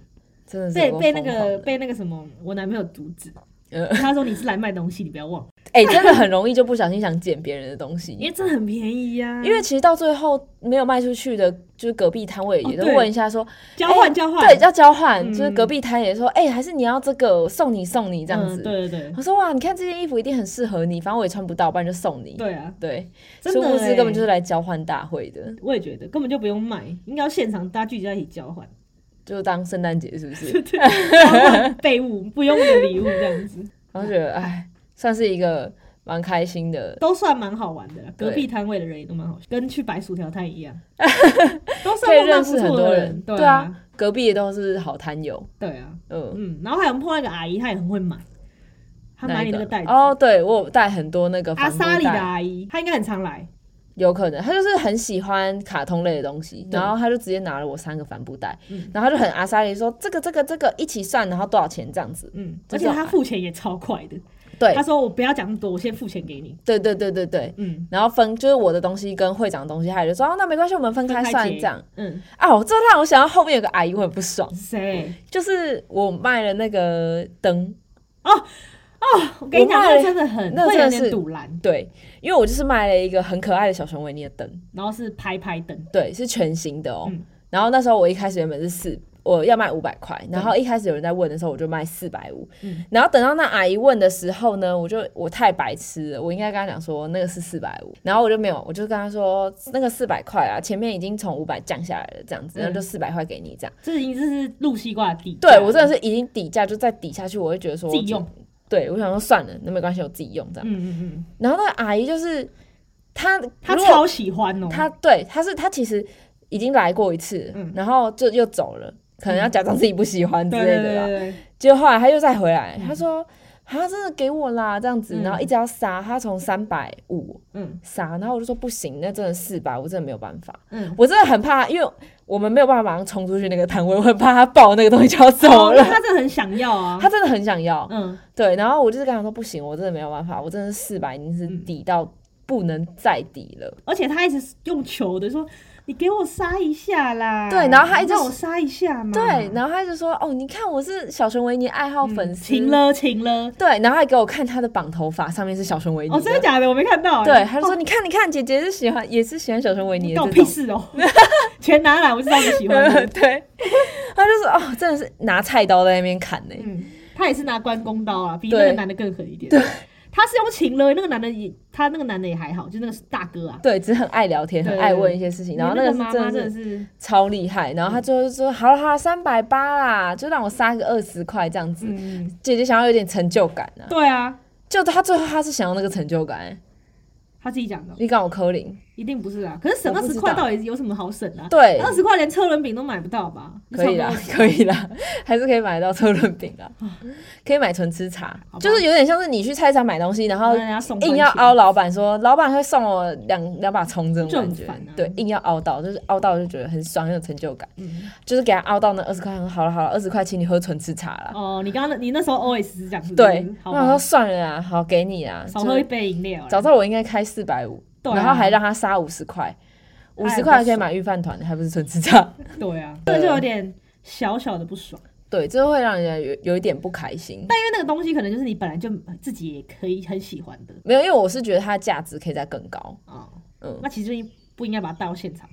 Speaker 2: 真的是
Speaker 1: 被
Speaker 2: 有够
Speaker 1: 被那
Speaker 2: 疯狂
Speaker 1: 个
Speaker 2: 的
Speaker 1: 被那个什么，我男朋友阻止，
Speaker 2: 呃
Speaker 1: 他说你是来卖东西，你不要忘，
Speaker 2: 哎、真的很容易就不小心想捡别人的东西，
Speaker 1: 因为这很便宜啊呀，
Speaker 2: 因为其实到最后没有卖出去的，就是隔壁摊位
Speaker 1: 哦
Speaker 2: 也都
Speaker 1: 对
Speaker 2: 问一下说，
Speaker 1: 交换
Speaker 2: 哎
Speaker 1: 交换，
Speaker 2: 对，要交换，
Speaker 1: 嗯
Speaker 2: 就是隔壁摊也说，哎、还是你要这个，我送你送你这样
Speaker 1: 嗯
Speaker 2: 子。
Speaker 1: 对对对
Speaker 2: 我说哇，你看这件衣服一定很适合你，反正我也穿不到，不然就送你。
Speaker 1: 对啊，
Speaker 2: 对，
Speaker 1: 真
Speaker 2: 殊
Speaker 1: 的
Speaker 2: 不知根本
Speaker 1: 欸
Speaker 2: 就是来交换大会的，
Speaker 1: 我也觉得根本就不用买，应该要现场大家聚集在一起交 换。
Speaker 2: 就当圣诞节是不是？
Speaker 1: 废物，不用的礼物这样子，
Speaker 2: 然后觉得哎，算是一个蛮开心的。
Speaker 1: 都算蛮好玩的啦。
Speaker 2: 对
Speaker 1: 隔壁摊位的人也都蛮好，跟去摆薯条摊一 样，都
Speaker 2: 可
Speaker 1: 算
Speaker 2: 以
Speaker 1: 碰到
Speaker 2: 认
Speaker 1: 不
Speaker 2: 识很
Speaker 1: 错
Speaker 2: 多
Speaker 1: 的
Speaker 2: 人
Speaker 1: 人。，对啊，
Speaker 2: 啊，隔壁也都是好摊友，
Speaker 1: 对啊，
Speaker 2: 嗯，
Speaker 1: 嗯，然后还有碰到一个阿姨，她也很会买，她
Speaker 2: 哪
Speaker 1: 买
Speaker 2: 一
Speaker 1: 你那个袋子。
Speaker 2: 哦，对我有带很多那个
Speaker 1: 阿
Speaker 2: 帆布
Speaker 1: 莎里的啊
Speaker 2: 袋，
Speaker 1: 阿姨，她应该很常来，
Speaker 2: 有可能他就是很喜欢卡通类的东西，
Speaker 1: 对
Speaker 2: 然后他就直接拿了我三个帆布袋，
Speaker 1: 嗯
Speaker 2: 然后他就很阿莎里说这个这个这个一起算，然后多少钱这样子，
Speaker 1: 嗯，
Speaker 2: 这
Speaker 1: 而且
Speaker 2: 种
Speaker 1: 她
Speaker 2: 阿
Speaker 1: 付钱也超快
Speaker 2: 哦
Speaker 1: 的。
Speaker 2: 对
Speaker 1: 她说我不要讲那么多，我先付钱给你。
Speaker 2: 对对对对对。
Speaker 1: 嗯，
Speaker 2: 然后分就是我的东西跟会长的东西，他也就说、哦、那没关系，我们分开
Speaker 1: 分开
Speaker 2: 算
Speaker 1: 结
Speaker 2: 这样。
Speaker 1: 嗯，
Speaker 2: 啊，我这让我想到后面有个阿姨我很不爽，
Speaker 1: 谁？
Speaker 2: 就是我卖了那个灯，
Speaker 1: 我跟你讲，
Speaker 2: 我卖
Speaker 1: 那真的很，
Speaker 2: 那
Speaker 1: 会
Speaker 2: 真
Speaker 1: 有
Speaker 2: 的
Speaker 1: 点
Speaker 2: 是
Speaker 1: 堵拦，
Speaker 2: 对，因为我就是卖了一个很可爱的小熊维尼的灯，
Speaker 1: 然后是拍拍灯，
Speaker 2: 对，是全新的哦。
Speaker 1: 嗯
Speaker 2: 然后那时候我一开始原本是四，我要卖五百块，然后一开始有人在问的时候，我就卖四百五
Speaker 1: 嗯。
Speaker 2: 然后等到那阿姨问的时候呢，我就我太白痴了，我应该跟她讲说那个是四百五，然后我就没有，我就跟她说那个四百块啊，前面已经从五百降下来了，这样子，
Speaker 1: 嗯
Speaker 2: 然后就四百块给你这样。
Speaker 1: 这已经是露西瓜的底价了。
Speaker 2: 对我真的是已经底价就再底下去，我会觉得说
Speaker 1: 自己用。
Speaker 2: 对，我想说算了，那没关系，我自己用这样。
Speaker 1: 嗯嗯嗯，
Speaker 2: 然后那个阿姨就是她，
Speaker 1: 他
Speaker 2: 如果
Speaker 1: 超喜欢哦、
Speaker 2: 他对他是他其实已经来过一次，
Speaker 1: 嗯
Speaker 2: 然后就又走了，可能要假装自己不喜欢之
Speaker 1: 对
Speaker 2: 类
Speaker 1: 对
Speaker 2: 的
Speaker 1: 对
Speaker 2: 啦。
Speaker 1: 对，
Speaker 2: 结果后来他又再回来，
Speaker 1: 嗯
Speaker 2: 他说。他真的给我啦，这样子，
Speaker 1: 嗯
Speaker 2: 然后一直要杀，他从三百五
Speaker 1: 嗯
Speaker 2: 杀，然后我就说不行，那真的四百，我真的没有办法，
Speaker 1: 嗯，
Speaker 2: 我真的很怕，因为我们没有办法马上冲出去那个摊位，我很怕他抱那个东西就要走 了，
Speaker 1: 他真的很想要啊，
Speaker 2: 他真的很想要，
Speaker 1: 嗯
Speaker 2: 对，然后我就是跟他说不行，我真的没有办法，我真的四百已经是
Speaker 1: 嗯
Speaker 2: 抵到不能再抵了，
Speaker 1: 而且他一直用求的说，你给我杀一下啦，
Speaker 2: 对然后他一
Speaker 1: 你
Speaker 2: 直
Speaker 1: 让我杀一下嘛，
Speaker 2: 对，然后他就说：“哦，你看我是小熊维尼爱好粉丝。
Speaker 1: 情嗯了情了，
Speaker 2: 对，然后还给我看他的绑头发，上面是小熊维尼。
Speaker 1: 哦，真的假的？我没看到、
Speaker 2: 对，他就说：“你看，你看，姐姐是喜欢，也是喜欢小熊维尼
Speaker 1: 你
Speaker 2: 的
Speaker 1: 搞我
Speaker 2: 这
Speaker 1: 屁
Speaker 2: 种。
Speaker 1: 事哦、 钱拿来，我知道你喜欢
Speaker 2: 呃
Speaker 1: 的，
Speaker 2: 对，他就说：“哦，真的是拿菜刀在那边砍呢、
Speaker 1: 嗯，他也是拿关公刀啊，比
Speaker 2: 对
Speaker 1: 那个男的更狠一点，对。他是用情勒，那个男的也，他那个男的也还好，就那个大哥啊，
Speaker 2: 对，只是很爱聊天，很
Speaker 1: 对
Speaker 2: 爱问一些事情，然后
Speaker 1: 那
Speaker 2: 个
Speaker 1: 妈
Speaker 2: 是
Speaker 1: 妈真
Speaker 2: 真
Speaker 1: 的
Speaker 2: 的是
Speaker 1: 是，嗯
Speaker 2: 超厉害，然后他最后就说好了好了，三百八啦，就让我杀个二十块这样子。
Speaker 1: 嗯，
Speaker 2: 姐姐想要有点成就感啊，
Speaker 1: 对啊，
Speaker 2: 就他最后他是想要那个成就感、欸
Speaker 1: 他自己讲的，
Speaker 2: 你敢我柯林？
Speaker 1: 一定不是啊。可是省
Speaker 2: 我
Speaker 1: 二
Speaker 2: 不知
Speaker 1: 十
Speaker 2: 道
Speaker 1: 块到底有什么好省啊？
Speaker 2: 对，
Speaker 1: 二十块连车轮饼都买不到吧？
Speaker 2: 可以
Speaker 1: 差
Speaker 2: 啦
Speaker 1: 不多，
Speaker 2: 可以啦， 还是可以买到车轮饼啦，可以买纯吃茶，
Speaker 1: 嗯好吧嗯
Speaker 2: 就是有点像是你去菜市场买东西，然
Speaker 1: 那
Speaker 2: 后
Speaker 1: 人家送
Speaker 2: 硬
Speaker 1: 番
Speaker 2: 要
Speaker 1: 茄
Speaker 2: 凹老板说，老板会送我两两把葱这种
Speaker 1: 就很
Speaker 2: 感觉，
Speaker 1: 烦啊
Speaker 2: 对，硬要凹到，就是凹到就觉得很爽，很有成就感，
Speaker 1: 嗯
Speaker 2: 就是给他凹到那二十块，好了好了，二十块请你喝纯吃茶啦。
Speaker 1: 哦，你刚刚那你那时候 always 是这样，是不是
Speaker 2: 对，
Speaker 1: 好
Speaker 2: 那我说
Speaker 1: 吧，
Speaker 2: 算了啦，好给你啦，
Speaker 1: 少
Speaker 2: 就
Speaker 1: 喝一杯饮料啦，
Speaker 2: 早知道我应该开四百五，
Speaker 1: 对啊
Speaker 2: 然后还让他杀五十块，五
Speaker 1: 哎
Speaker 2: 十
Speaker 1: 不
Speaker 2: 块还可以
Speaker 1: 爽
Speaker 2: 买御饭团，还不是纯吃茶。
Speaker 1: 对啊，
Speaker 2: 对
Speaker 1: 这就有点小小的不爽。
Speaker 2: 对，这会让人家有有一点不开心。
Speaker 1: 但因为那个东西可能就是你本来就自己也可以很喜欢的
Speaker 2: 没有，因为我是觉得它的价值可以再更高。
Speaker 1: 啊、哦
Speaker 2: 嗯
Speaker 1: 那其实就不应该把它带到现场。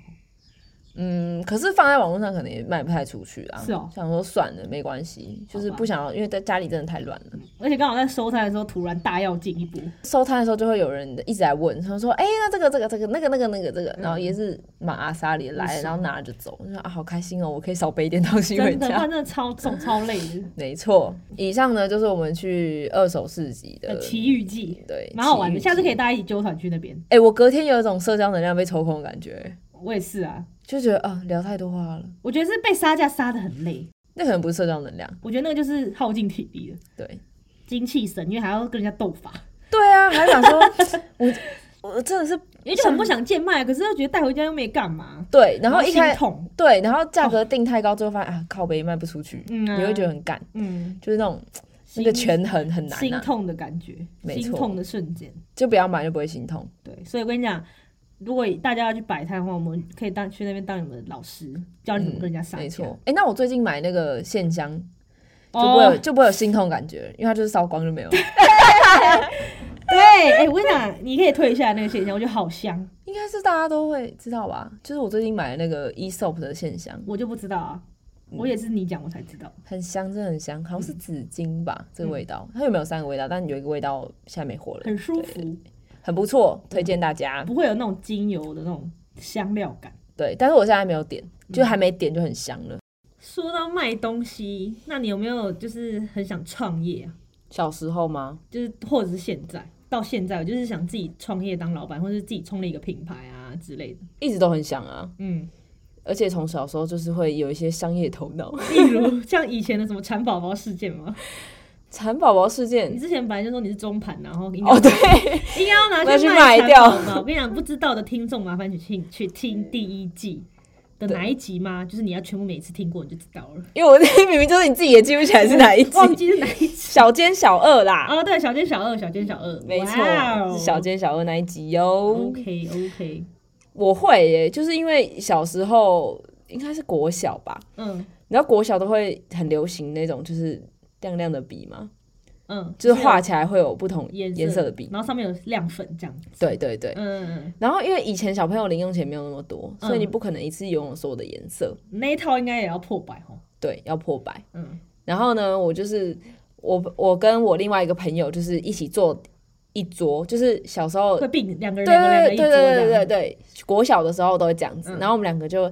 Speaker 2: 嗯，可是放在网络上可能也卖不太出去啊。
Speaker 1: 是哦
Speaker 2: 想说算了，没关系，就是不想要，因为在家里真的太乱了。
Speaker 1: 而且刚好在收摊的时候突然大要进一步，
Speaker 2: 收摊的时候就会有人一直在问，他说：“哎、那这个这个这个那个那个那个这
Speaker 1: 嗯
Speaker 2: 个。”然后也是马阿莎里来了，然后拿了就走。我说啊，好开心哦，我可以少背一点东西回
Speaker 1: 真的，不
Speaker 2: 家
Speaker 1: 然。真的超重、超累 的。
Speaker 2: 没错，以上呢就是我们去二手市集的
Speaker 1: 呃，奇遇记
Speaker 2: 对，
Speaker 1: 蛮好玩的，
Speaker 2: 奇遇
Speaker 1: 下次可以
Speaker 2: 记。
Speaker 1: 大家一起揪团去那边。
Speaker 2: 哎、我隔天有一种社交能量被抽空的感觉，
Speaker 1: 我也是啊，
Speaker 2: 就觉得啊，聊太多话了，
Speaker 1: 我觉得是被杀价杀的很累，
Speaker 2: 那可能不是社交能量。
Speaker 1: 我觉得那个就是耗尽体力了，
Speaker 2: 对，
Speaker 1: 精气神，因为还要跟人家斗法，
Speaker 2: 对啊，还 想说，我我真的是
Speaker 1: 因为就很不想贱卖，可是又觉得带回家又没干嘛，
Speaker 2: 对，然后一
Speaker 1: 心
Speaker 2: 开
Speaker 1: 痛，
Speaker 2: 对，然后价格定太高之后发现啊，靠北卖不出去，
Speaker 1: 嗯啊
Speaker 2: 你会觉得很干，
Speaker 1: 嗯，
Speaker 2: 就是那种那
Speaker 1: 心
Speaker 2: 个权衡很难
Speaker 1: 心
Speaker 2: 啊，
Speaker 1: 痛的感觉，
Speaker 2: 没
Speaker 1: 心
Speaker 2: 错
Speaker 1: 痛的瞬间。
Speaker 2: 就不要买就不会心痛。
Speaker 1: 对，所以我跟你讲，如果大家要去摆摊的话，我们可以当去那边当你们的老师，教你怎么跟人家上、
Speaker 2: 没错，，哎、那我最近买那个线香，就不会有、
Speaker 1: 哦，
Speaker 2: 就不会有心痛感觉，因为它就是烧光就没有了，
Speaker 1: 对，哎、我跟你讲，你可以退一下那个现象，我觉得好香，
Speaker 2: 应该是大家都会知道吧？就是我最近买的那个 e s o p 的线香，
Speaker 1: 我就不知道啊，
Speaker 2: 嗯
Speaker 1: 我也是你讲我才知道，
Speaker 2: 很香，真的很香，好像是紫荆吧，
Speaker 1: 嗯
Speaker 2: 这个味道。它有没有三个味道？但有一个味道现在没货了，
Speaker 1: 很舒服，
Speaker 2: 很不错，推荐大家。
Speaker 1: 不会有那种精油的那种香料感。
Speaker 2: 对，但是我现在还没有点，就还没点就很香了。
Speaker 1: 说到卖东西，那你有没有就是很想创业啊？
Speaker 2: 小时候吗？
Speaker 1: 就是或者是现在到现在，我就是想自己创业当老板，或者是自己创立一个品牌啊之类的。
Speaker 2: 一直都很想啊，
Speaker 1: 嗯，
Speaker 2: 而且从小时候就是会有一些商业头脑。
Speaker 1: 例如 像以前的什么蚕宝宝事件吗？
Speaker 2: 蚕宝宝事
Speaker 1: 你
Speaker 2: 件，
Speaker 1: 之前本来就说你是中盘，啊然后应该、
Speaker 2: 哦对，
Speaker 1: 应该要拿
Speaker 2: 拿
Speaker 1: 去
Speaker 2: 去
Speaker 1: 卖
Speaker 2: 卖掉
Speaker 1: 嘛。我跟你讲，不知道的听众麻烦你去去听第一季的哪一集吗？就是你要全部每次听过你就知道了，
Speaker 2: 因为我明明就是你自己也记不起来是哪一集，
Speaker 1: 忘记是哪一集。
Speaker 2: 小奸小恶啦，
Speaker 1: 哦，对，小奸小二，小奸小二，
Speaker 2: 没错
Speaker 1: 哇哦，嗯
Speaker 2: 是小。奸小恶那一集哟。
Speaker 1: OK OK，
Speaker 2: 我会耶，就是因为小时候应该是国小吧，
Speaker 1: 嗯
Speaker 2: 你知道国小都会很流行那种就是亮亮的笔吗？
Speaker 1: 嗯，
Speaker 2: 就是画起来会有不同
Speaker 1: 是有
Speaker 2: 颜色的笔。
Speaker 1: 然后上面有亮粉这样子。
Speaker 2: 对对对。
Speaker 1: 嗯嗯，嗯
Speaker 2: 然后因为以前小朋友零用钱没有那么多，所以
Speaker 1: 嗯
Speaker 2: 你不可能一次拥有所有的颜色，
Speaker 1: 那一套应该也要破百哦。
Speaker 2: 对，要破百。
Speaker 1: 嗯
Speaker 2: 然后呢，我就是我我跟我另外一个朋友就是一起做一桌，就是小时候
Speaker 1: 会并两个人
Speaker 2: 对
Speaker 1: 两个人
Speaker 2: 对
Speaker 1: 一桌这
Speaker 2: 对对
Speaker 1: 样。
Speaker 2: 对对对，国小的时候都会这样子。
Speaker 1: 嗯
Speaker 2: 然后我们两个就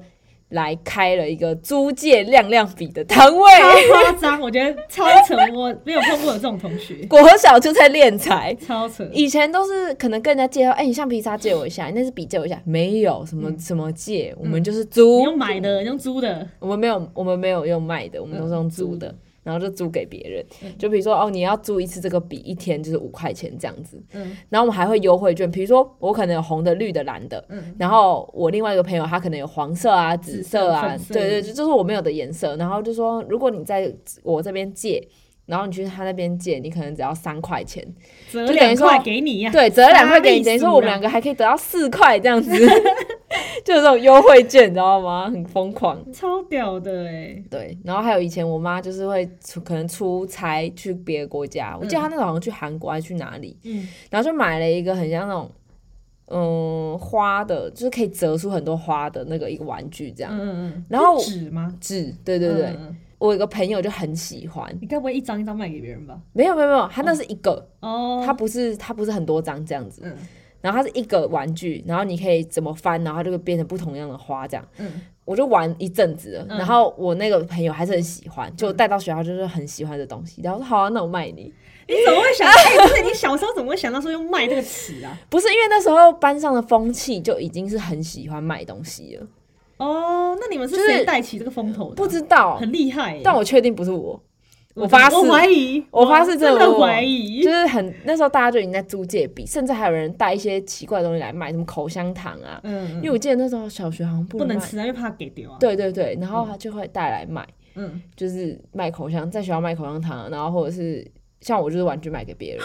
Speaker 2: 来开了一个租借亮亮笔的摊 位，
Speaker 1: 超夸张，我觉得超扯，我没有碰过有这种同学，
Speaker 2: 国小就在练财。
Speaker 1: 超扯。
Speaker 2: 以前都是可能跟人家借到，哎、你橡皮擦借我一下，你那支笔借我一下，没有什么、
Speaker 1: 嗯
Speaker 2: 什么借，我们就是
Speaker 1: 你
Speaker 2: 租，
Speaker 1: 用买的，你用租的，
Speaker 2: 我们没有我们没有用卖的，我们都是用租
Speaker 1: 嗯
Speaker 2: 的，然后就租给别人。就比如说哦，你要租一次这个笔，一天就是五块钱这样子。
Speaker 1: 嗯
Speaker 2: 然后我们还会优惠券，比如说我可能有红的、绿的、蓝的，
Speaker 1: 嗯
Speaker 2: 然后我另外一个朋友他可能有黄色啊、紫色啊，
Speaker 1: 紫色粉色
Speaker 2: 对对，就就是我没有的颜色。然后就说如果你在我这边借，然后你去他那边借，你可能只要三 块钱，
Speaker 1: 折
Speaker 2: 就等于
Speaker 1: 两
Speaker 2: 说
Speaker 1: 块给你呀、
Speaker 2: 对，折两块给你，
Speaker 1: 啥
Speaker 2: 等于
Speaker 1: 意思
Speaker 2: 说
Speaker 1: 啊
Speaker 2: 我们两个还可以得到四块 这样子， 就是这种优惠券，你知道吗？很疯狂。
Speaker 1: 超屌的哎、
Speaker 2: 对，然后还有以前我妈就是会出可能出差去别的国家，我记得她那时候好像去韩国还是去哪里，
Speaker 1: 嗯，
Speaker 2: 然后就买了一个很像那种嗯花的，就是可以折出很多花的那个一个玩具这样，
Speaker 1: 嗯嗯嗯，
Speaker 2: 然后
Speaker 1: 是纸吗？
Speaker 2: 哦纸，对对对，
Speaker 1: 嗯，嗯
Speaker 2: 我有个朋友就很喜欢，
Speaker 1: 你该不会一张一张卖给别人吧？
Speaker 2: 没有没有没有，他那是一个，
Speaker 1: 哦，
Speaker 2: 他不是他不是很多张这样子，
Speaker 1: 嗯
Speaker 2: 然后它是一个玩具，然后你可以怎么翻，然后它就会变成不同样的花这样。
Speaker 1: 嗯，
Speaker 2: 我就玩一阵子了，
Speaker 1: 嗯
Speaker 2: 然后我那个朋友还是很喜欢，就带到学校就是很喜欢的东西，然后我说好啊，那我卖你。
Speaker 1: 你怎么会想到？哎、不是你小时候怎么会想到说用卖这个词啊？
Speaker 2: 不是因为那时候班上的风气就已经是很喜欢卖东西了，
Speaker 1: 哦，那你们是
Speaker 2: 就是
Speaker 1: 谁带起这个风头的？
Speaker 2: 不知道，
Speaker 1: 很厉害耶、欸
Speaker 2: 但我确定不是我，我发誓
Speaker 1: 我怀疑，
Speaker 2: 我发誓这
Speaker 1: 真
Speaker 2: 个
Speaker 1: 的
Speaker 2: 我
Speaker 1: 怀疑
Speaker 2: 就。是很那时候大家就已经在租借笔，甚至还有人带一些奇怪的东西来卖，什么口香糖啊，
Speaker 1: 嗯，
Speaker 2: 因为我记得那时候小学好像不
Speaker 1: 不能
Speaker 2: 卖
Speaker 1: 吃啊，因为怕给丢啊。，
Speaker 2: 对对对，然后他就会带来卖。
Speaker 1: 嗯，
Speaker 2: 就是卖口香，在学校卖口香糖，啊然后或者是像我就是玩具卖给别人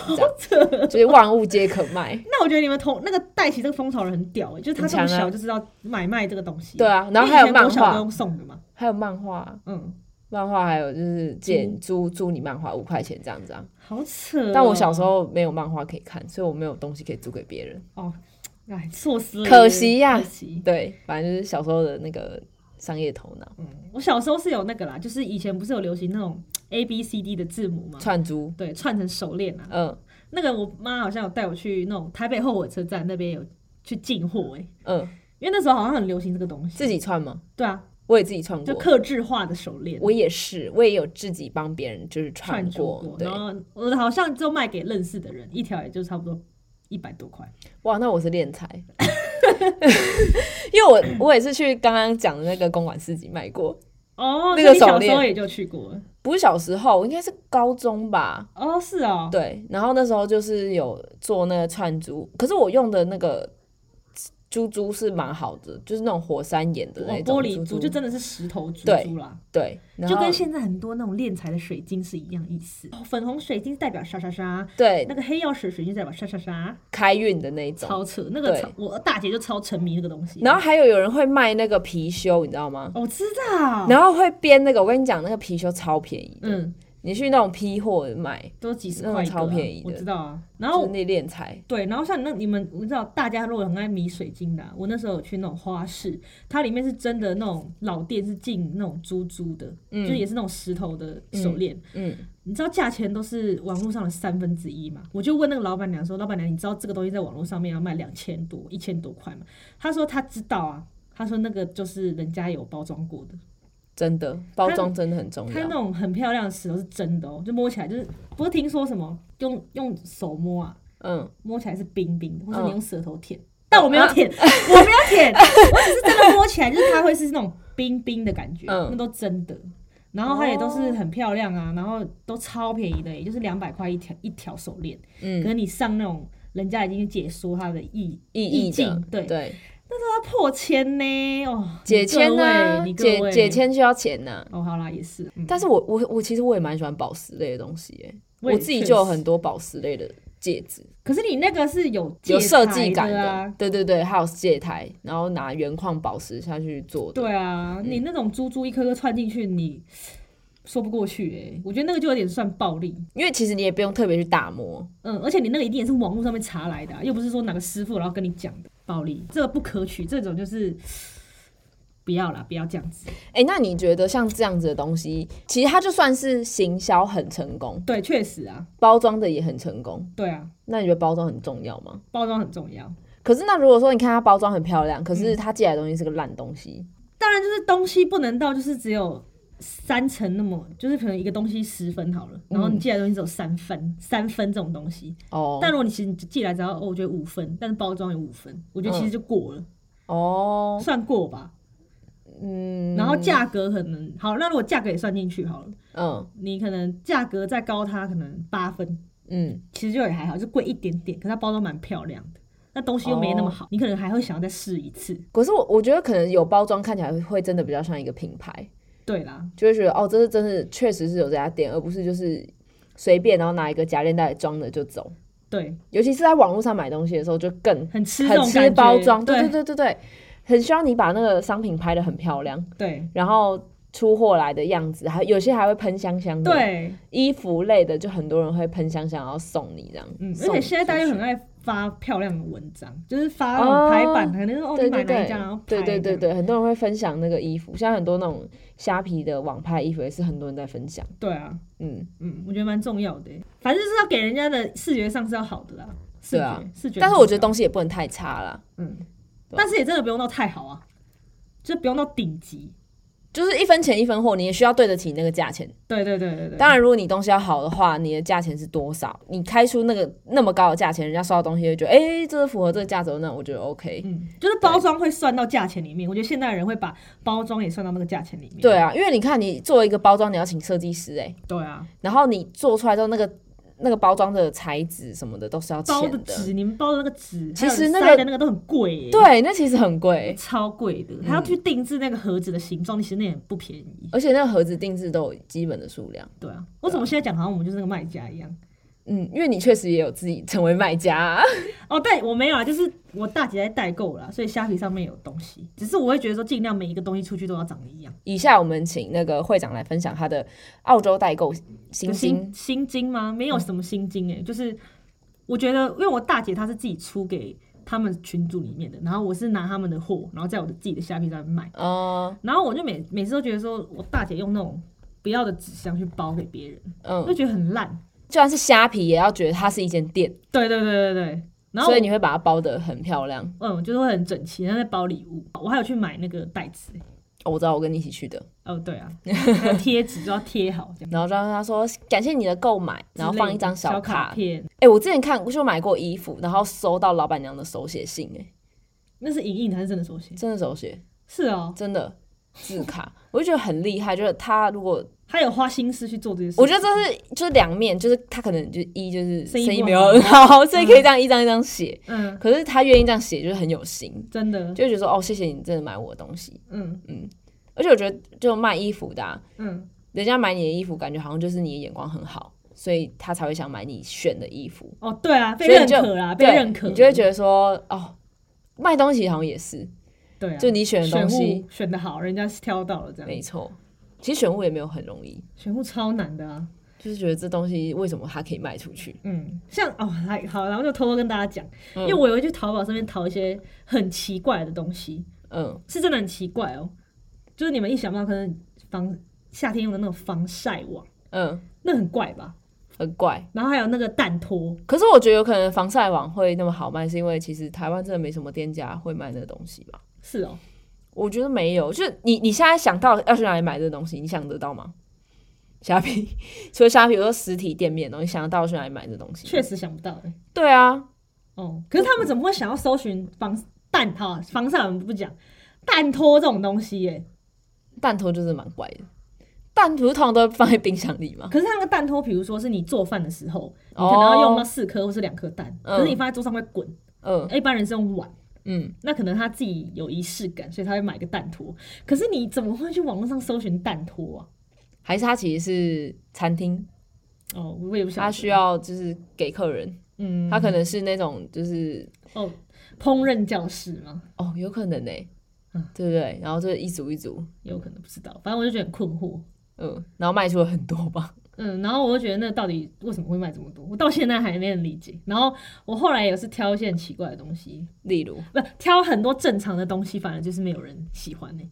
Speaker 2: 这样，就是万物皆可卖。
Speaker 1: 那我觉得你们同那个带起这个风潮的人很屌哎、就是他这么
Speaker 2: 很强啊
Speaker 1: 小就知道买卖这个东西。
Speaker 2: 对啊，然后
Speaker 1: 因
Speaker 2: 还
Speaker 1: 为以前
Speaker 2: 有漫
Speaker 1: 国小都
Speaker 2: 画，
Speaker 1: 用送的嘛。
Speaker 2: 还有漫画，
Speaker 1: 嗯，
Speaker 2: 漫画还有就是借租租你漫画五块钱这样子啊。
Speaker 1: 好扯、哦
Speaker 2: 但我小时
Speaker 1: 候，
Speaker 2: 候没有漫画可以看，所以我没有东西可以租给别人。
Speaker 1: 哎，错失了，
Speaker 2: 可惜呀
Speaker 1: 可惜。
Speaker 2: 对，反正就是小时候的那个商业头脑
Speaker 1: 嗯我小时候是有那个啦，就是以前不是有流行那种 A B C D 的字母嘛，
Speaker 2: 串珠。
Speaker 1: 对，串成手链啊。
Speaker 2: 嗯
Speaker 1: 那个我妈好像有带我去那种台北后火车站那边有去进货哎，
Speaker 2: 嗯，
Speaker 1: 因为那时候好像很流行这个东西。
Speaker 2: 自己串吗？
Speaker 1: 对啊，
Speaker 2: 我也自己串
Speaker 1: 就
Speaker 2: 过。
Speaker 1: 克制化的手链。
Speaker 2: 我也是，我也有自己帮别人就是串
Speaker 1: 串珠
Speaker 2: 过。对
Speaker 1: 然，后我好像就卖给认识的人，一条也就差不多一百多块。
Speaker 2: 哇，那我是练财， 因为 我我也是去刚刚讲的那个公馆市集卖过，
Speaker 1: 哦，所
Speaker 2: 那
Speaker 1: 以
Speaker 2: 个
Speaker 1: 你
Speaker 2: 手
Speaker 1: 小时
Speaker 2: 链
Speaker 1: 候也就去过了。
Speaker 2: 不是小时候，应该是高中吧。
Speaker 1: 哦，是哦，
Speaker 2: 对，然后那时候就是有做那个串珠，可是我用的那个珠珠是蛮好的，就是那种火山岩的
Speaker 1: 哦
Speaker 2: 那种
Speaker 1: 玻璃珠
Speaker 2: 珠
Speaker 1: 就真的是石头珠
Speaker 2: 对
Speaker 1: 珠啦，
Speaker 2: 对，然
Speaker 1: 就
Speaker 2: 后
Speaker 1: 跟现在很多那种炼材的水晶是一样意思。哦粉红水晶代表沙沙沙，
Speaker 2: 对
Speaker 1: 那个黑曜石水晶代表沙沙沙，
Speaker 2: 开运的那一种。
Speaker 1: 超扯。那个
Speaker 2: 对
Speaker 1: 超我大姐就超沉迷那个东西。
Speaker 2: 然后还有有人会卖那个貔貅，你知道吗？
Speaker 1: 哦我知道，
Speaker 2: 然后会编那个，我跟你讲，那个貔貅超便宜的，
Speaker 1: 嗯，
Speaker 2: 你去那种批货买，
Speaker 1: 都几十
Speaker 2: 那
Speaker 1: 块一个啊，
Speaker 2: 超便宜的
Speaker 1: 我知道啊。然
Speaker 2: 就
Speaker 1: 后
Speaker 2: 是那练财。
Speaker 1: 对，然后像你那你们，我知道大家如果很爱迷水晶的啊、我那时候有去那种花市，它里面是真的那种老店是进那种珠珠的，就也是那种石头的手链，
Speaker 2: 嗯，
Speaker 1: 你知道价钱都是网络上的三分之一嘛？我就问那个老板娘说：“老板娘，你知道这个东西在网络上面要卖两千多、一千多块吗？”她说她知道啊，她说那个就是人家有包装过的，
Speaker 2: 真的，包装真的很重
Speaker 1: 它那
Speaker 2: 要。
Speaker 1: 种很漂亮的石头是真的哦，就摸起来就是，不是听说什么用用手摸啊，
Speaker 2: 嗯，
Speaker 1: 摸起来是冰冰的，或者
Speaker 2: 嗯啊
Speaker 1: 你用舌头舔，但我没有舔， 我没有舔，我只是真的摸起来，就是它会是那种冰冰的感觉，
Speaker 2: 嗯哦
Speaker 1: 那都真的。然后它也都是很漂亮啊，然后都超便宜的，也就是两百块一条一条手链。
Speaker 2: 嗯
Speaker 1: 可是你上那种人家已经解说它的意
Speaker 2: 意
Speaker 1: 意
Speaker 2: 义的
Speaker 1: 境，，对，
Speaker 2: 对，
Speaker 1: 那它破千呢，哦，
Speaker 2: 解签呢、
Speaker 1: 你各位，你各
Speaker 2: 解
Speaker 1: 位
Speaker 2: 解。签需要钱啊呢、
Speaker 1: 哦，好啦，也是，嗯
Speaker 2: 但是我我我其实我也蛮喜欢宝石类的东西耶，
Speaker 1: 我
Speaker 2: 我
Speaker 1: 也
Speaker 2: 自己
Speaker 1: 确
Speaker 2: 就有
Speaker 1: 实
Speaker 2: 很多宝石类的戒指，
Speaker 1: 可是你那个是有
Speaker 2: 有
Speaker 1: 戒
Speaker 2: 设
Speaker 1: 裁
Speaker 2: 计感
Speaker 1: 的啊，
Speaker 2: 对对对，还有戒台，然后拿原矿宝石下去做的，
Speaker 1: 对啊，你那种珠珠一颗颗串进去，你说不过去哎、我觉得那个就有点算暴力。
Speaker 2: 因为其实你也不用特别去打磨，
Speaker 1: 嗯，而且你那个一定也是网络上面查来的啊、又不是说哪个师傅然后跟你讲的暴力，这个不可取，这种就是不要啦，不要这样子。
Speaker 2: 哎、那你觉得像这样子的东西，其实它就算是行销很成功，
Speaker 1: 对，确实啊，
Speaker 2: 包装的也很成功，
Speaker 1: 对啊，
Speaker 2: 那你觉得包装很重要吗？
Speaker 1: 包装很重要。
Speaker 2: 可是那如果说你看它包装很漂亮，可是
Speaker 1: 嗯
Speaker 2: 它寄来的东西是个烂东西，
Speaker 1: 当然就是东西不能到就是只有三成那么，就是可能一个东西十分好了，然后你寄来的东西只有三分，三分这种东西。
Speaker 2: 哦
Speaker 1: 但如果你其实你寄来只要哦，我觉得五分，但是包装有五分，我觉得其实就过了，
Speaker 2: 哦，
Speaker 1: 算过吧。
Speaker 2: 嗯
Speaker 1: 然后价格可能好，那如果价格也算进去好了，
Speaker 2: 嗯
Speaker 1: 你可能价格再高它可能八分，
Speaker 2: 嗯，
Speaker 1: 其实就也还好，就贵一点点，可是它包装蛮漂亮的，那东西又没那么好，你可能还会想要再试一次。
Speaker 2: 可是我我觉得可能有包装看起来会真的比较像一个品牌，
Speaker 1: 对啦，
Speaker 2: 就会觉得哦，这是真的确实是有这家店，而不是就是随便然后拿一个假链袋装了就走。
Speaker 1: 对，
Speaker 2: 尤其是在网络上买东西的时候，就更
Speaker 1: 很吃这
Speaker 2: 很
Speaker 1: 种
Speaker 2: 吃
Speaker 1: 感觉
Speaker 2: 包装，对
Speaker 1: 对
Speaker 2: 对对对对，很希望你把那个商品拍的很漂亮，
Speaker 1: 对
Speaker 2: 然后。出货来的样子，还有些还会喷香香的，
Speaker 1: 对，
Speaker 2: 衣服类的，就很多人会喷香香，然后送你这样。
Speaker 1: 嗯，而
Speaker 2: 送
Speaker 1: 且现在大家
Speaker 2: 出
Speaker 1: 又
Speaker 2: 去
Speaker 1: 很爱发漂亮的文章，就是发那种排版，可能、哦你
Speaker 2: 对
Speaker 1: 买哪
Speaker 2: 对对
Speaker 1: 一家，然后，
Speaker 2: 对对
Speaker 1: 拍这
Speaker 2: 对
Speaker 1: 样
Speaker 2: 对，很多人会分享那个衣服，像很多那种虾皮的网拍衣服也是很多人在分享，
Speaker 1: 对啊，
Speaker 2: 嗯，
Speaker 1: 嗯，我觉得蛮重要的欸，反正就是要给人家的视觉上是要好的啦，视
Speaker 2: 对
Speaker 1: 觉、
Speaker 2: 啊
Speaker 1: 视觉很重要。
Speaker 2: 但是我觉得东西也不能太差啦，
Speaker 1: 嗯，
Speaker 2: 对啊
Speaker 1: 但是也真的不用到太好啊，就不用到顶级。
Speaker 2: 就是一分钱一分货，你也需要对得起那个价钱。
Speaker 1: 对对对对对，
Speaker 2: 当然，如果你东西要好的话，你的价钱是多少？你开出那个那么高的价钱，人家收到东西会觉得，哎、这是符合这个价值的，那我觉得 OK。
Speaker 1: 嗯，就是包装会算到价钱里面。我觉得现代人会把包装也算到那个价钱里面。
Speaker 2: 对，啊，因为你看，你做一个包装，你要请设计师、哎，
Speaker 1: 对啊，
Speaker 2: 然后你做出来之后，那个那个包装的材质什么的都是要
Speaker 1: 包
Speaker 2: 钱
Speaker 1: 的
Speaker 2: 的。
Speaker 1: 纸，你们包的那个纸，
Speaker 2: 其实
Speaker 1: 还有
Speaker 2: 那个
Speaker 1: 塞的那个都很贵耶，，
Speaker 2: 对，嗯那其实很贵，
Speaker 1: 超贵的，还要去定制那个盒子的形状，其实那也不便宜。
Speaker 2: 而且那个盒子定制都有基本的数量。
Speaker 1: 对啊，我怎么现在讲好像我们就是那个卖家一样？
Speaker 2: 嗯，因为你确实也有自己成为卖家啊、
Speaker 1: 哦，对，我没有啊，就是我大姐在代购啦，所以虾皮上面有东西，只是我会觉得说尽量每一个东西出去都要长得一样。
Speaker 2: 以下我们请那个会长来分享他的澳洲代购
Speaker 1: 有
Speaker 2: 新
Speaker 1: 心
Speaker 2: 经。
Speaker 1: 心经吗？没
Speaker 2: 嗯
Speaker 1: 有什么心经哎、就是我觉得，因为我大姐她是自己出给他们群组里面的，然后我是拿他们的货，然后在我的自己的虾皮上面卖，
Speaker 2: 嗯
Speaker 1: 然后我就每每次都觉得说我大姐用那种不要的纸箱去包给别人，
Speaker 2: 嗯
Speaker 1: 就，觉得很烂。
Speaker 2: 就算是虾皮，也要觉得它是一间店，
Speaker 1: 对对对对对，然后
Speaker 2: 所
Speaker 1: 我
Speaker 2: 以你会把它包得很漂亮。
Speaker 1: 嗯，就是会很整齐，然后在包礼物。我还有去买那个袋子欸、
Speaker 2: 哦我知道，我跟你一起去的，
Speaker 1: 哦对 啊，还有贴纸就要贴好这样。
Speaker 2: 然后就让他说感谢你的购买，然后放一张
Speaker 1: 小
Speaker 2: 卡。
Speaker 1: 片，
Speaker 2: 哎、我之前看我就买过衣服，然后收到老板娘的手写信、欸，
Speaker 1: 那是影印还是真的手写？
Speaker 2: 真的手写，
Speaker 1: 是哦，
Speaker 2: 真的字卡，我就觉得很厉害。就是他如果
Speaker 1: 他有花心思去做这些事情。
Speaker 2: 我觉得这是就是两面，就是他可能就一就是
Speaker 1: 生
Speaker 2: 生
Speaker 1: 意
Speaker 2: 意
Speaker 1: 不
Speaker 2: 没有
Speaker 1: 好
Speaker 2: 很好， 所以可以这样一张一张写，
Speaker 1: 嗯，
Speaker 2: 可是他愿意这样写就是很有心，
Speaker 1: 真的，
Speaker 2: 就会觉得说哦谢谢你真的买我的东西，
Speaker 1: 嗯
Speaker 2: 而且我觉得就卖衣服的、啊，
Speaker 1: 嗯，
Speaker 2: 人家买你的衣服，感觉好像就是你的眼光很好，所以他才会想买你选的衣服，
Speaker 1: 哦，对啊，被
Speaker 2: 所以
Speaker 1: 认
Speaker 2: 你就
Speaker 1: 可啦，被
Speaker 2: 对
Speaker 1: 认可，
Speaker 2: 你就会觉
Speaker 1: 得
Speaker 2: 得说哦，卖东西好像也是，
Speaker 1: 对啊，
Speaker 2: 就你选的
Speaker 1: 选
Speaker 2: 东西，
Speaker 1: 物选的好，人家是挑到了这
Speaker 2: 没
Speaker 1: 样，
Speaker 2: 错。其实选物也没有很容易，
Speaker 1: 选物超难的啊，
Speaker 2: 就是觉得这东西为什么它可以卖出去？
Speaker 1: 嗯，像哦，还好，然后就偷偷跟大家讲，
Speaker 2: 嗯
Speaker 1: 因为我有去淘宝上面淘一些很奇怪的东西，
Speaker 2: 嗯，
Speaker 1: 是真的很奇怪哦，就是你们一想到可能防夏天用的那种防晒网，
Speaker 2: 嗯，
Speaker 1: 那很怪吧？
Speaker 2: 很怪。
Speaker 1: 然后还有那个蛋托，
Speaker 2: 可是我觉得有可能防晒网会那么好卖，是因为其实台湾真的没什么店家会卖那个东西吧？
Speaker 1: 是哦，
Speaker 2: 我觉得没有，就是你你现在想到要去哪里买这个东西，你想得到吗？虾皮， 除了虾皮，有说实体店面哦，你想得到去哪里买这东西？
Speaker 1: 确实想不到哎。
Speaker 2: 对啊，
Speaker 1: 哦，可是他们怎么会想要搜寻防蛋啊？防晒我们不讲，蛋托这种东西耶、
Speaker 2: 蛋头就是蛮怪的，蛋头通常都会放在冰箱里嘛。
Speaker 1: 可是它那个蛋托，比如说是你做饭的时候，你可能要用到
Speaker 2: 哦
Speaker 1: 四颗或是两颗蛋，
Speaker 2: 嗯
Speaker 1: 可是你放在桌上会滚。
Speaker 2: 嗯
Speaker 1: 一般人是用碗，
Speaker 2: 嗯，
Speaker 1: 那可能他自己有仪式感，所以他会买个蛋托。可是你怎么会去网络上搜寻蛋托啊？
Speaker 2: 还是它其实是餐厅，
Speaker 1: 哦，我也不晓得。
Speaker 2: 它需要就是给客人，
Speaker 1: 嗯，
Speaker 2: 它可能是那种就是
Speaker 1: 哦，烹饪教室吗？
Speaker 2: 哦，有可能呢、
Speaker 1: 嗯
Speaker 2: 对不对？然后就一组一组，
Speaker 1: 有可能不知道，反正我就觉得很困惑。
Speaker 2: 嗯，然后卖出了很多吧。
Speaker 1: 嗯，然后我就觉得那到底为什么会卖这么多，我到现在还没能理解。然后我后来也是挑一些很奇怪的东西，
Speaker 2: 例 如，
Speaker 1: 不挑很多正常的东西，反而就是没有人喜欢欸呢、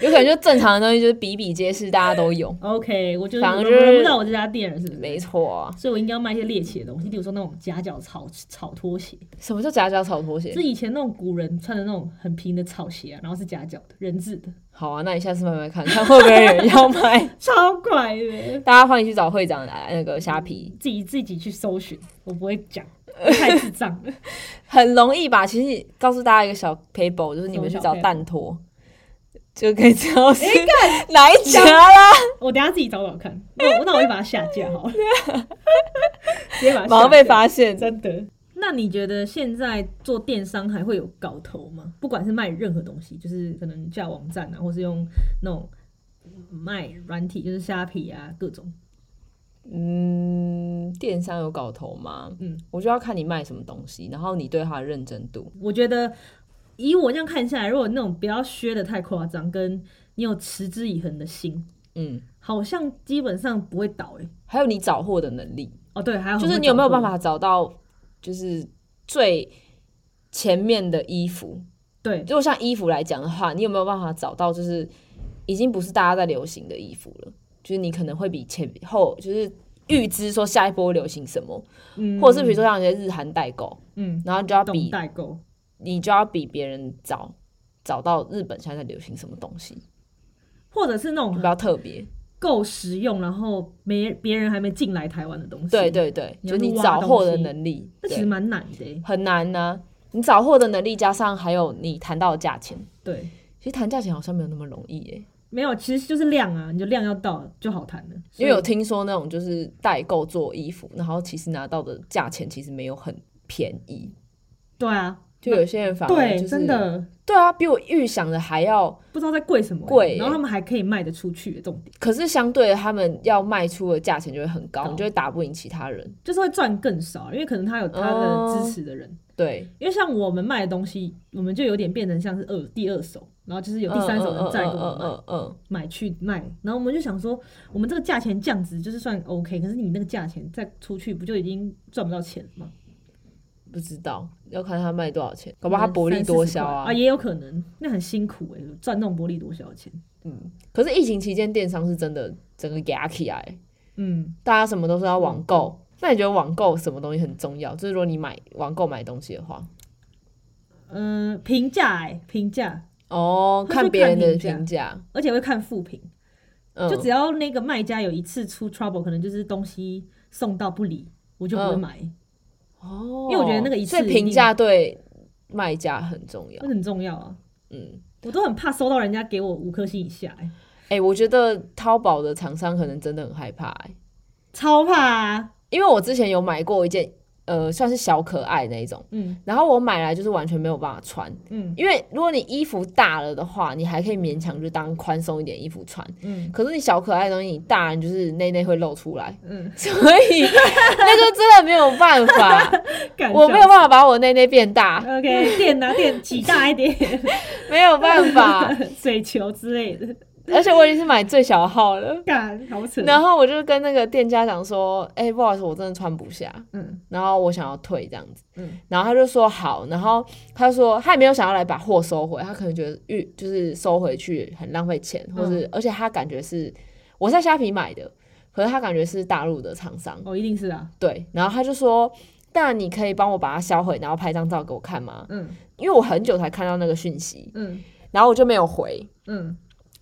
Speaker 2: 有可能就正常的东西就是比比皆是，大家都有。
Speaker 1: OK，我就是
Speaker 2: 反而
Speaker 1: 轮
Speaker 2: 就
Speaker 1: 轮不
Speaker 2: 是
Speaker 1: 到我这家店了，是不是？
Speaker 2: 没错啊，
Speaker 1: 所以我应该要卖一些猎奇的东西，比如说那种夹脚草草拖鞋，
Speaker 2: 什么叫夹脚草拖鞋
Speaker 1: 就？以前那种古人穿的那种很平的草鞋啊，然后是夹脚的人字的，
Speaker 2: 好啊，那你下次慢慢看看会不会有人要买。
Speaker 1: 超怪的。
Speaker 2: 大家欢迎去找会长来那个虾皮，
Speaker 1: 自己自己去搜寻，我不会讲，太智障了。
Speaker 2: 很容易吧？其实你告诉大家一个小 paper，就是你们去找蛋托，就可以知道是哪一家啦。
Speaker 1: 我等一下自己找找看，我那我就把它下架 好了，直接把它下
Speaker 2: 马上被
Speaker 1: 架
Speaker 2: 发现，
Speaker 1: 真的。那你觉得现在做电商还会有搞头吗？不管是卖任何东西，就是可能架网站啊，或是用那种卖软体，就是虾皮啊各种。
Speaker 2: 嗯，电商有搞头吗？
Speaker 1: 嗯
Speaker 2: 嗯，我就要看你卖什么东西，然后你对它的认真度。
Speaker 1: 我觉得以我这样看下来，如果那种不要削的太夸张，跟你有持之以恒的心，
Speaker 2: 嗯，
Speaker 1: 好像基本上不会倒诶、欸
Speaker 2: 还有你找货的能力。
Speaker 1: 哦，对，还有
Speaker 2: 就是你有没有办？法找到就是最前面的衣服。
Speaker 1: 对
Speaker 2: 如果像衣服来讲的话，你有没有办法找到就是已经不是大家在流行的衣服了？就是你可能会比前后就是预知说下一波流行什么，
Speaker 1: 嗯
Speaker 2: 或者是比如说像一些日韩代购，
Speaker 1: 嗯，
Speaker 2: 然后你就要
Speaker 1: 懂
Speaker 2: 比
Speaker 1: 代购，
Speaker 2: 你就要比别人早找到日本现在在流行什么东西，
Speaker 1: 或者是那
Speaker 2: 比
Speaker 1: 种
Speaker 2: 较特别。
Speaker 1: 够实用，然后没别人还没进来台湾的东西。
Speaker 2: 对，对对，
Speaker 1: 你
Speaker 2: 就
Speaker 1: 要
Speaker 2: 是
Speaker 1: 去
Speaker 2: 你
Speaker 1: 挖
Speaker 2: 找
Speaker 1: 东
Speaker 2: 货的
Speaker 1: 西
Speaker 2: 能力，
Speaker 1: 那其
Speaker 2: 对
Speaker 1: 实蛮难的欸。
Speaker 2: 很难呢、你找货的能力，加上还有你谈到的价钱，
Speaker 1: 对，
Speaker 2: 其实谈价钱好像没有那么容易耶、
Speaker 1: 没有，其实就是量啊，你就量要到就好谈了。
Speaker 2: 因为有
Speaker 1: 所以
Speaker 2: 听说那种就是代购做衣服，然后其实拿到的价钱其实没有很便宜，
Speaker 1: 对啊，
Speaker 2: 就有些人反而
Speaker 1: 对，
Speaker 2: 就是
Speaker 1: 真的
Speaker 2: 对啊，比我预想的还要，
Speaker 1: 不知道在贵什么欸，
Speaker 2: 贵欸
Speaker 1: 然后他们还可以卖得出去，重点
Speaker 2: 可是相对的他们要卖出的价钱就会很高，
Speaker 1: 高
Speaker 2: 你就会打不赢其他人。
Speaker 1: 就是会赚更少，因为可能他有他的支持的人。
Speaker 2: 对，
Speaker 1: 因为像我们卖的东西，我们就有点变成像是二第二手，然后就是有第三手人再给我们买、
Speaker 2: 嗯嗯嗯
Speaker 1: 买去卖，然后我们就想说，我们这个价钱这样子就是算 OK，可是你那个价钱再出去，不就已经赚不到钱了吗？
Speaker 2: 嗯，不知道要看他卖多少钱，搞不好他薄利
Speaker 1: 嗯三
Speaker 2: 多销
Speaker 1: 四十
Speaker 2: 啊。
Speaker 1: 块啊，也有可能，那很辛苦哎、赚那种薄利多销的钱。
Speaker 2: 嗯，可是疫情期间电商是真的整个给压起来，
Speaker 1: 嗯，
Speaker 2: 大家什么都是要网购。那你觉得网购什么东西很重要？就是如果你买网购买东西的话，
Speaker 1: 呃，评价哎，评价，
Speaker 2: 哦，
Speaker 1: 他就
Speaker 2: 看别人的
Speaker 1: 看评价
Speaker 2: 评价，
Speaker 1: 而且会看负评，
Speaker 2: 嗯，
Speaker 1: 就只要那个卖家有一次出 trouble，可能就是东西送到不理，我就不会
Speaker 2: 嗯
Speaker 1: 买，
Speaker 2: 哦，
Speaker 1: 因为我觉得那个一次
Speaker 2: 所以
Speaker 1: 一定
Speaker 2: 评价对卖家很重要
Speaker 1: 这、。很重要啊。
Speaker 2: 嗯，
Speaker 1: 我都很怕收到人家给我五颗星以下、欸，
Speaker 2: 哎、我觉得淘宝的厂商可能真的很害怕、欸，
Speaker 1: 超怕、啊。
Speaker 2: 因为我之前有买过一件，呃，算是小可爱那一种，
Speaker 1: 嗯
Speaker 2: 然后我买来就是完全没有办法穿，
Speaker 1: 嗯
Speaker 2: 因为如果你衣服大了的话，你还可以勉强就当宽松一点衣服穿，
Speaker 1: 嗯
Speaker 2: 可是你小可爱的东西，你大人就是内内会露出来，
Speaker 1: 嗯，
Speaker 2: 所以那就真的没有办 法，
Speaker 1: 感
Speaker 2: 我没有办法把我内内变大，
Speaker 1: OK 电拿电挤大一点，
Speaker 2: 没有办法，
Speaker 1: 水球之类的，
Speaker 2: 而且我已经是买最小号了。
Speaker 1: 干好扯。
Speaker 2: 然后我就跟那个店家讲说，哎、不好意思，我真的穿不下，
Speaker 1: 嗯
Speaker 2: 然后我想要退这样子，
Speaker 1: 嗯
Speaker 2: 然后他就说好，然后他就说他也没有想要来把货收回，他可能觉得预就是收回去很浪费钱，或是、而且他感觉是我在虾皮买的，可是他感觉是大陆的厂商，
Speaker 1: 哦，一定是啊，
Speaker 2: 对，然后他就说，那你可以帮我把它销毁，然后拍张照给我看吗？
Speaker 1: 嗯
Speaker 2: 因为我很久才看到那个讯息，
Speaker 1: 嗯
Speaker 2: 然后我就没有回。
Speaker 1: 嗯，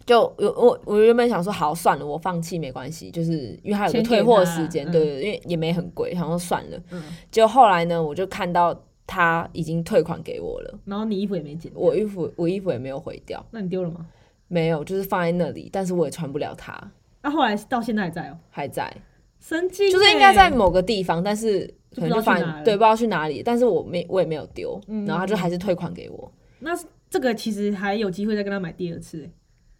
Speaker 2: 就我我我原本想说好算了，我放弃没关系，就是因为它有个
Speaker 1: 先给
Speaker 2: 退
Speaker 1: 他
Speaker 2: 货时间，
Speaker 1: 嗯
Speaker 2: 对对，对因为也没很贵，想说算了。
Speaker 1: 嗯
Speaker 2: 结果后来呢，我就看到他已经退款给我了，
Speaker 1: 然后你衣服也没剪，
Speaker 2: 我衣服我衣服也没有毁掉，
Speaker 1: 那你丢了吗？
Speaker 2: 没有，就是放在那里，但是我也穿不了它，
Speaker 1: 那、后来到现在还在哦、
Speaker 2: 还在，
Speaker 1: 神经欸、
Speaker 2: 就是应该在某个地方，但是可能
Speaker 1: 就不知
Speaker 2: 就
Speaker 1: 道
Speaker 2: 放
Speaker 1: 去哪了
Speaker 2: 对，不知道去哪里，但是我没我也没有丢，
Speaker 1: 嗯
Speaker 2: 然后他就还是退款给我，
Speaker 1: 那这个其实还有机会再跟他买第二次、欸，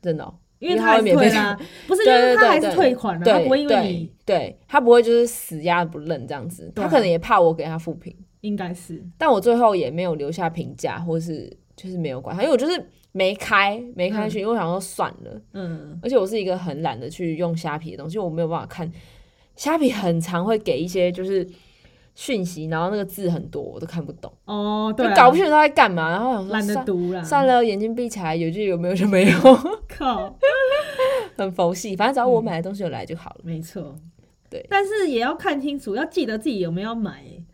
Speaker 2: 真的哦、
Speaker 1: 因为
Speaker 2: 因为
Speaker 1: 他
Speaker 2: 他
Speaker 1: 还
Speaker 2: 会
Speaker 1: 是
Speaker 2: 免费
Speaker 1: 退啦、 不是，因
Speaker 2: 对对
Speaker 1: 为他还
Speaker 2: 对
Speaker 1: 是
Speaker 2: 对
Speaker 1: 退款了、啊他
Speaker 2: 对
Speaker 1: 不会因为
Speaker 2: 对
Speaker 1: 你
Speaker 2: 对，他不会就是死鸭不认这样子，
Speaker 1: 对
Speaker 2: 他
Speaker 1: 啊
Speaker 2: 可能也怕我给他复评。
Speaker 1: 应该是
Speaker 2: 但我最后也没有留下评价，或是就是没有管它，因为我就是没开没开去，因为我想说算了，
Speaker 1: 嗯
Speaker 2: 而且我是一个很懒得去用虾皮的东西，我没有办法看虾皮很常会给一些就是讯息，然后那个字很多，我都看不懂，
Speaker 1: 哦，对、
Speaker 2: 就
Speaker 1: 啊，
Speaker 2: 搞不清楚他在干嘛，然后想说
Speaker 1: 懒得
Speaker 2: 算
Speaker 1: 读啊啦，
Speaker 2: 算了，眼睛闭起来，有就有，没有就没有，
Speaker 1: 靠。
Speaker 2: 很佛系，反正只要
Speaker 1: 嗯
Speaker 2: 我买的东西有来就好了，
Speaker 1: 没错，
Speaker 2: 对
Speaker 1: 但是也要看清楚，要记得自己有没有买、欸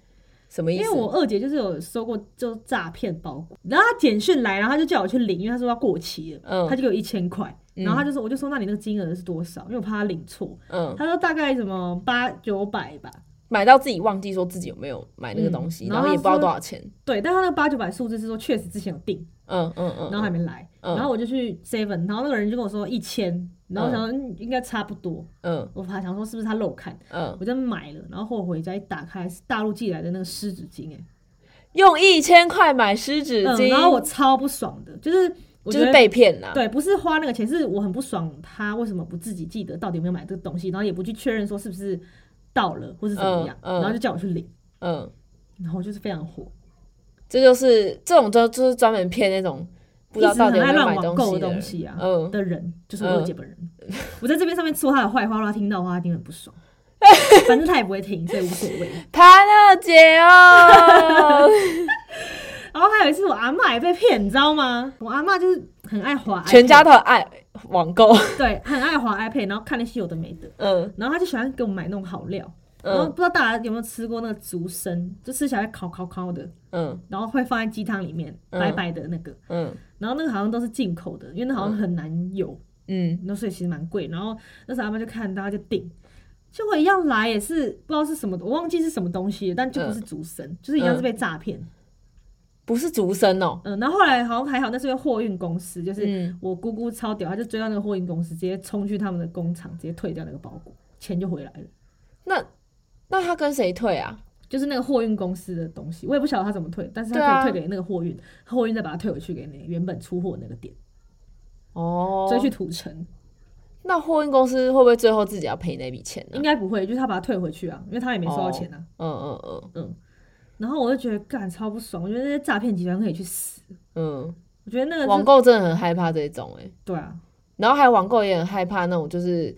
Speaker 2: 什么意
Speaker 1: 因
Speaker 2: 思？
Speaker 1: 为我二姐就是有收过就诈骗包裹，然后她简讯来，然后她就叫我去领，因为她说要过期了，
Speaker 2: 嗯
Speaker 1: 她就给我一千块，然后
Speaker 2: 嗯
Speaker 1: 她就说，我就说那你那个金额是多少？因为我怕她领错，
Speaker 2: 嗯，
Speaker 1: 她说大概什么八九百吧，
Speaker 2: 买到自己忘记说自己有没有买那个
Speaker 1: 嗯
Speaker 2: 东西，
Speaker 1: 然
Speaker 2: 然
Speaker 1: 后
Speaker 2: 后
Speaker 1: 他
Speaker 2: 也不知道
Speaker 1: 说
Speaker 2: 多少钱，
Speaker 1: 对，但她那个八九百数字是说确实之前有订，
Speaker 2: 嗯嗯嗯，
Speaker 1: 然后还没来，
Speaker 2: 嗯
Speaker 1: 然后我就去 seven，然后那个人就跟我说一千，然后我想说嗯应该差不多，
Speaker 2: 嗯
Speaker 1: 我还想说是不是他漏看，
Speaker 2: 嗯。
Speaker 1: 我就买了，然后后回家一打开是大陆寄来的那个湿纸巾、欸，
Speaker 2: 用一千块买湿纸巾、
Speaker 1: 嗯，然后我超不爽的，就是我觉
Speaker 2: 就
Speaker 1: 得
Speaker 2: 是被骗啦。
Speaker 1: 对，不是花那个钱，是我很不爽他为什么不自己记得到底有没有买这个东西，然后也不去确认说是不是到了或是怎么样，
Speaker 2: 嗯嗯
Speaker 1: 然后就叫我去领，
Speaker 2: 嗯，
Speaker 1: 然后我就是非常火，
Speaker 2: 这就是这种就就是专门骗那种不知道到底有没有买
Speaker 1: 一直很爱乱网购
Speaker 2: 西
Speaker 1: 的嗯
Speaker 2: 的人
Speaker 1: 东西啊
Speaker 2: 嗯，
Speaker 1: 的人就是我二姐本人，我在这边上面说他的坏话，让他听到的话，他一定很不爽。反正他也不会停，所以无所谓。
Speaker 2: 潘乐姐 哦，
Speaker 1: 然后还有一次，我阿嬷也被骗，你知道吗？我阿嬷就是很爱滑 iPad，
Speaker 2: 全家都很爱 网购，
Speaker 1: 对，很爱滑 iPad，然后看那些有的没的，
Speaker 2: 嗯
Speaker 1: 然后她就喜欢给我们买那种好料。然后
Speaker 2: 嗯
Speaker 1: 不知道大家有没有吃过那个竹荪，就吃起来烤烤烤的，
Speaker 2: 嗯
Speaker 1: 然后会放在鸡汤里面，
Speaker 2: 嗯
Speaker 1: 白白的那个。
Speaker 2: 嗯
Speaker 1: 然后那个好像都是进口的，因为那好像很难有，
Speaker 2: 嗯，
Speaker 1: 那所以其实蛮贵。然后那时候阿妈就看，大家就订，结果一样来也是不知道是什么，我忘记是什么东西了，但就不是竹荪，
Speaker 2: 嗯
Speaker 1: 就是一样是被诈骗。
Speaker 2: 不是竹笙哦，
Speaker 1: 嗯，然后后来好像还好，那是因为货运公司，就是
Speaker 2: 嗯，
Speaker 1: 我姑姑超屌，她就追到那个货运公司，直接冲去他们的工厂，直接退掉那个包裹，钱就回来了。
Speaker 2: 那那他跟谁退啊？
Speaker 1: 就是那个货运公司的东西，我也不晓得他怎么退，但是
Speaker 2: 对啊
Speaker 1: 他可以退给那个货运，货运再把它退回去给你原本出货那个点，
Speaker 2: 哦，
Speaker 1: 追去土城。
Speaker 2: 那货运公司会不会最后自己要赔那笔钱呢、
Speaker 1: 应该不会，就是他把它退回去啊，因为他也没收到钱啊。
Speaker 2: 嗯嗯
Speaker 1: 嗯，然后我就觉得干超不爽，我觉得那些诈骗集团可以去死。
Speaker 2: 嗯
Speaker 1: 我觉得那个
Speaker 2: 嗯，
Speaker 1: 是
Speaker 2: 网购真的很害怕这种哎、
Speaker 1: 对啊，
Speaker 2: 然后还有网购也很害怕那种就是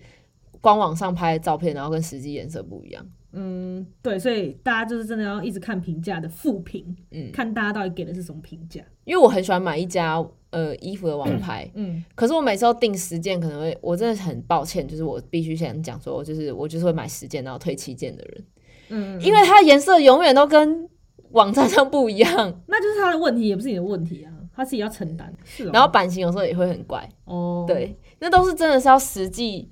Speaker 2: 官网上拍的照片，然后跟实际颜色不一样。
Speaker 1: 嗯，对，所以大家就是真的要一直看评价的负评，
Speaker 2: 嗯，
Speaker 1: 看大家到底给的是什么评价。
Speaker 2: 因为我很喜欢买一家呃衣服的网拍，
Speaker 1: 嗯
Speaker 2: 可是我每次都订十件，可能会我真的很抱歉，就是我必须先讲说，我就是我就是会买十件然后退七件的人，
Speaker 1: 嗯，
Speaker 2: 因为它的颜色永远都跟网站上不一样，
Speaker 1: 那就是他的问题，也不是你的问题啊，他自己要承担。是、哦，
Speaker 2: 然后版型有时候也会很怪。
Speaker 1: 哦，，
Speaker 2: 对，那都是真的是要实际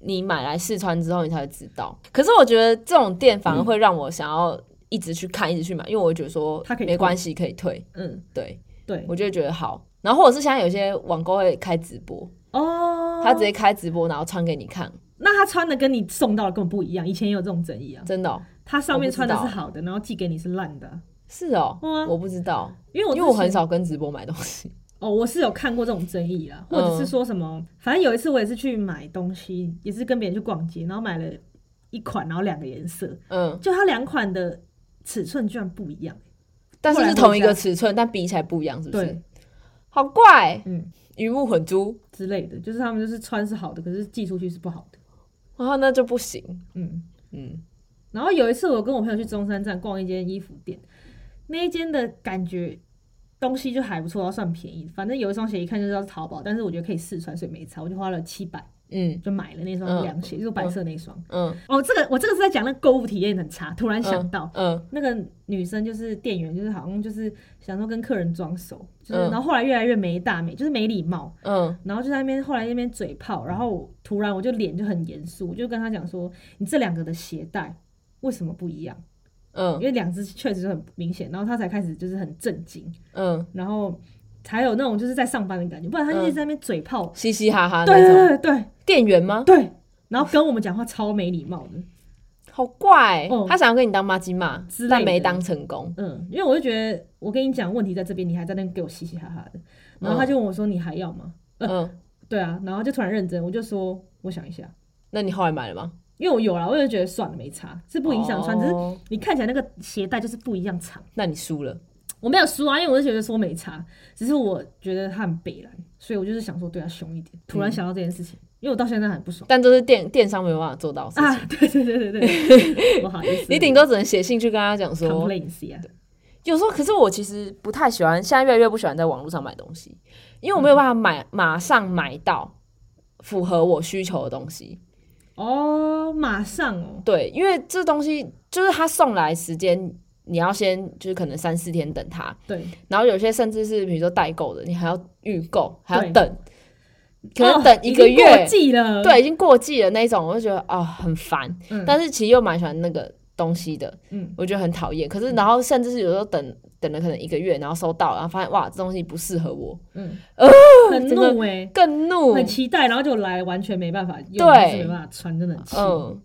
Speaker 2: 你买来试穿之后你才会知道。可是我觉得这种店反而会让我想要一直去看，一直去买，因为我会觉得说
Speaker 1: 它可以
Speaker 2: 没
Speaker 1: 退
Speaker 2: 关系，可以退。
Speaker 1: 嗯，
Speaker 2: 对，
Speaker 1: 对，
Speaker 2: 我就会觉得好。然后或者是现在有些网购会开直播，
Speaker 1: 哦，
Speaker 2: 他直接开直播，然后穿给你看，
Speaker 1: 那他穿的跟你送到的根本不一样，以前也有这种争议啊。
Speaker 2: 真的哦、
Speaker 1: 他上面穿的
Speaker 2: 我
Speaker 1: 是
Speaker 2: 不知
Speaker 1: 好的，然后寄给你是烂的啊、
Speaker 2: 是哦、
Speaker 1: 哇
Speaker 2: 我不知道，
Speaker 1: 因为我
Speaker 2: 因为我
Speaker 1: 之前
Speaker 2: 很少跟直播买东 西。
Speaker 1: 哦，我是有看过这种争议
Speaker 2: 嗯
Speaker 1: 啦，或者是说什么，反正有一次我也是去买东西，也是跟别人去逛街，然后买了一款，然后两个颜色，
Speaker 2: 嗯，
Speaker 1: 就它两款的尺寸居然不一样。
Speaker 2: 但是
Speaker 1: 后来
Speaker 2: 是
Speaker 1: 回
Speaker 2: 同一
Speaker 1: 家
Speaker 2: 个尺寸，但比起来不一样，是不是
Speaker 1: 对？，
Speaker 2: 好怪，
Speaker 1: 嗯
Speaker 2: 鱼目混珠，
Speaker 1: 之类的，就是他们就是穿是好的，可是寄出去是不好的。
Speaker 2: 然后啊那就不行。
Speaker 1: 嗯，
Speaker 2: 嗯，
Speaker 1: 然后有一次我跟我朋友去中山站逛一间衣服店，那一间的感觉东西就还不错，然后算便宜，反正有一双鞋一看就知道是淘宝，但是我觉得可以试穿，所以没差，我就花了七百
Speaker 2: 嗯
Speaker 1: 就买了那双
Speaker 2: 嗯
Speaker 1: 凉鞋，就是白色那一双。
Speaker 2: 嗯，
Speaker 1: 哦，这个我这个是在讲那个购物体验很差，突然想到、
Speaker 2: 嗯，
Speaker 1: 那个女生就是店员，就是好像就是想说跟客人装熟，就是、
Speaker 2: 嗯
Speaker 1: 然后后来越来越没大没，就是没礼貌，
Speaker 2: 嗯
Speaker 1: 然后就在那边后来那边嘴炮，然后我突然我就脸就很严肃，我就跟她讲说，你这两个的鞋带为什么不一样？因
Speaker 2: 嗯
Speaker 1: 为两只确实很明显，然后她才开始就是很震惊，
Speaker 2: 嗯，
Speaker 1: 然后才有那种就是在上班的感觉，不然她就一直在那边嘴炮，
Speaker 2: 嘻嘻哈哈
Speaker 1: 对
Speaker 2: 嗯那种。
Speaker 1: 对对对
Speaker 2: 店员吗？
Speaker 1: 对，然后跟我们讲话超没礼貌的。
Speaker 2: 好怪、
Speaker 1: 哦
Speaker 2: 他想要跟你当妈鸡骂
Speaker 1: 之，类的
Speaker 2: 但没当成 功。
Speaker 1: 嗯，因为我就觉得我跟你讲问题在这边，你还在那边给我嘻嘻哈哈的，然后他就问我说你还要吗？
Speaker 2: 嗯，
Speaker 1: 对啊，然后就突然认真，我就说我想一下，
Speaker 2: 那你后来买了吗？
Speaker 1: 因为我有啦，我就觉得算了没差，是不影响穿，只是
Speaker 2: 哦
Speaker 1: 你看起来那个鞋带就是不一样长。
Speaker 2: 那你输了。
Speaker 1: 我没有输啊，因为我就觉得说没差，只是我觉得他很北蓝，所以我就是想说对他啊凶一点。突然想到这件事情，因为我到现在很不爽
Speaker 2: 但这是电电商没有办法做到的事情。
Speaker 1: 啊！ 对对对对 对，不好意思，啊
Speaker 2: 你顶多只能写信去跟他讲说，
Speaker 1: complain 一下，
Speaker 2: 有时候可是我其实不太喜欢，现在越来越不喜欢在网络上买东西，因为我没有办法
Speaker 1: 嗯
Speaker 2: 买、马上买到符合我需求的东西。
Speaker 1: 哦，马上哦，
Speaker 2: 对，因为这东西就是他送来时间，你要先就是可能三四天等他，
Speaker 1: 对，
Speaker 2: 然后有些甚至是比如说代购的，你还要预购，还要
Speaker 1: 对嗯
Speaker 2: 等，可能
Speaker 1: 哦
Speaker 2: 等一
Speaker 1: 已
Speaker 2: 个
Speaker 1: 经过
Speaker 2: 月，
Speaker 1: 季了，
Speaker 2: 对，已经过季了那一种，我就觉得啊、很烦。
Speaker 1: 嗯，
Speaker 2: 但是其实又蛮喜欢那个东西的，
Speaker 1: 嗯
Speaker 2: 我觉得很讨厌。可是然后甚至是有时候等等了可能一个月，然后收到，然后发现哇，这东西不适合我，
Speaker 1: 嗯，
Speaker 2: 呃
Speaker 1: 很
Speaker 2: 整个
Speaker 1: 怒哎、
Speaker 2: 更怒。
Speaker 1: 很期待，然后就来，完全没办法用，
Speaker 2: 对
Speaker 1: 就是没办法穿，真的很气。
Speaker 2: 嗯，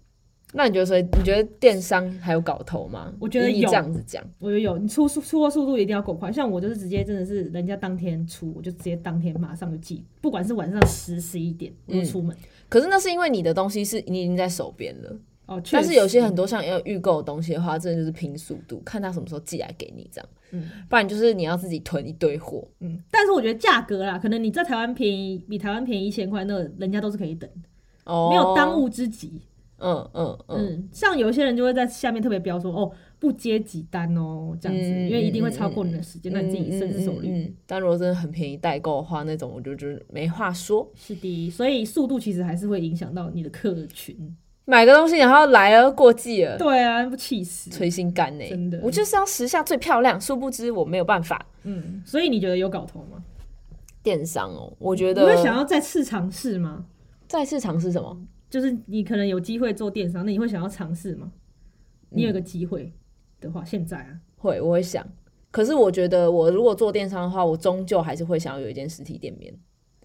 Speaker 2: 那你觉得所以你觉得电商还有搞头吗？
Speaker 1: 我觉得
Speaker 2: 以你
Speaker 1: 有
Speaker 2: 这样子讲，
Speaker 1: 我就有，你出出出货速度一定要够快，像我就是直接真的是人家当天出，我就直接当天马上就寄，不管是晚上十十一点我就出门。
Speaker 2: 可是那是因为你的东西是你已经在手边了。
Speaker 1: 哦，确
Speaker 2: 但
Speaker 1: 实
Speaker 2: 是有些很多像要预购的东西的话，真的就是拼速度，看他什么时候寄来给你这样。
Speaker 1: 嗯
Speaker 2: 不然就是你要自己囤一堆货。
Speaker 1: 嗯，但是我觉得价格啦，可能你在台湾便宜，比台湾便宜一千块，那人家都是可以等，
Speaker 2: 哦
Speaker 1: 没有当务之急。
Speaker 2: 嗯嗯嗯，
Speaker 1: 嗯，像有些人就会在下面特别标说哦，不接几单哦，这样子，
Speaker 2: 嗯
Speaker 1: 因为一定会超过你的时间，那你自己深思熟虑。
Speaker 2: 嗯嗯嗯但如果真的很便宜代购的话，那种我就觉得没话说。
Speaker 1: 是的，所以速度其实还是会影响到你的客群。
Speaker 2: 买个东西然后来了过季了，
Speaker 1: 对啊，不气死。
Speaker 2: 捶心肝呢、
Speaker 1: 真的
Speaker 2: 我就是要时下最漂亮，殊不知我没有办法。
Speaker 1: 嗯，所以你觉得有搞头吗？
Speaker 2: 电商哦，我觉
Speaker 1: 你
Speaker 2: 得
Speaker 1: 会想要再次尝试吗？
Speaker 2: 再次尝试什么？
Speaker 1: 就是你可能有机会做电商，那你会想要尝试吗？
Speaker 2: 嗯
Speaker 1: 你有一个机会的话，现在啊，
Speaker 2: 会，我会想。可是我觉得，我如果做电商的话，我终究还是会想要有一间实体店面。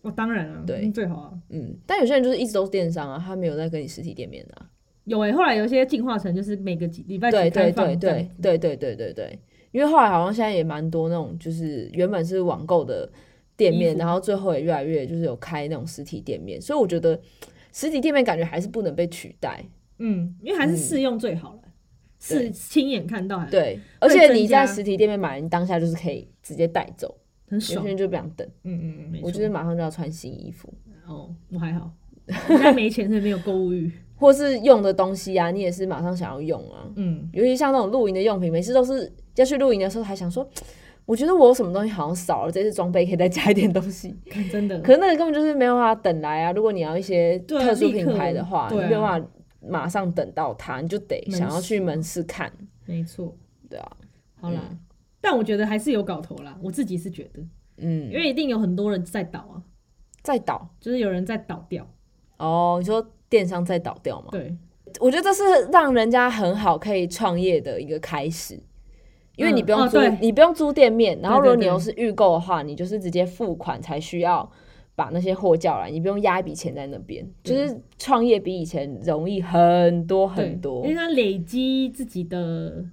Speaker 1: 哦，当然啊，
Speaker 2: 对
Speaker 1: 嗯最好啊。
Speaker 2: 嗯，但有些人就是一直都是电商啊，他没有在跟你实体店面的啊、
Speaker 1: 有诶、后来有一些进化成就是每个几礼拜
Speaker 2: 对
Speaker 1: 几
Speaker 2: 对
Speaker 1: 开放
Speaker 2: 对
Speaker 1: 这样
Speaker 2: 对对对对对对，因为后来好像现在也蛮多那种，就是原本是网购的店
Speaker 1: 衣
Speaker 2: 面，
Speaker 1: 服
Speaker 2: 然后最后也越来越就是有开那种实体店面，所以我觉得实体店面感觉还是不能被取代。
Speaker 1: 嗯，因为还是试用最好了，是、
Speaker 2: 嗯对
Speaker 1: 亲眼看到还
Speaker 2: 对，而
Speaker 1: 会
Speaker 2: 且
Speaker 1: 增
Speaker 2: 你在
Speaker 1: 加
Speaker 2: 实体店面买，你当下就是可以直接带走，
Speaker 1: 很
Speaker 2: 有
Speaker 1: 爽
Speaker 2: 些。人就不想等，
Speaker 1: 嗯嗯，没
Speaker 2: 我
Speaker 1: 错。
Speaker 2: 就是马上就要穿新衣服，
Speaker 1: 哦，我还 好，我现在没钱，所以没有购物欲。
Speaker 2: 或是用的东西啊，你也是马上想要用啊。
Speaker 1: 嗯，
Speaker 2: 尤其像那种露营的用品，每次都是要去露营的时候，还想说，我觉得我有什么东西好像少了，这次装备可以再加一点东西。
Speaker 1: 看真的，
Speaker 2: 可是那个根本就是没有办法等来啊！如果你要一些
Speaker 1: 对啊
Speaker 2: 特殊品牌的话，
Speaker 1: 立刻啊
Speaker 2: 你没有办法马上等到它，你就得
Speaker 1: 门市
Speaker 2: 想要去门市看，
Speaker 1: 没错。
Speaker 2: 对啊，
Speaker 1: 好啦，
Speaker 2: 嗯
Speaker 1: 但我觉得还是有搞头啦，我自己是觉得，因
Speaker 2: 嗯，
Speaker 1: 为一定有很多人在倒啊，
Speaker 2: 再倒
Speaker 1: 就是有人在倒掉。
Speaker 2: 哦，你说电商再倒掉嘛？
Speaker 1: 对，
Speaker 2: 我觉得这是让人家很好可以创业的一个开始。因为你不用
Speaker 1: 嗯
Speaker 2: 租，
Speaker 1: 哦对
Speaker 2: 你不用租店面，然后如
Speaker 1: 对
Speaker 2: 果
Speaker 1: 对
Speaker 2: 你
Speaker 1: 对
Speaker 2: 又是预购的话，你就是直接付款才需要把那些货叫来，你不用压一笔钱在那边，就
Speaker 1: 对
Speaker 2: 是创业比以前容易很多
Speaker 1: 对
Speaker 2: 很多
Speaker 1: 因为。他累积自己的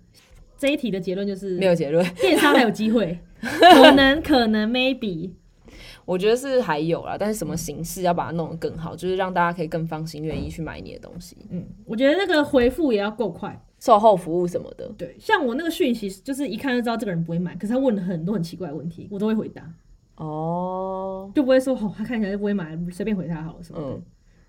Speaker 1: 这一题的结论就是
Speaker 2: 没有结论，
Speaker 1: 电商还有机会，可能可能 maybe
Speaker 2: 我觉得是还有啦，但是什么形式要把它弄得更好，就是让大家可以更放心、愿意去买你的东西，
Speaker 1: 嗯，我觉得那个回复也要够快。
Speaker 2: 售后服务什么的。
Speaker 1: 对，像我那个讯息，就是一看就知道这个人不会买，可是他问了很多很奇怪的问题，我都会回答，
Speaker 2: 哦，
Speaker 1: 就不会说哦，他看起来就不会买，随便回他好了什么的。
Speaker 2: 嗯，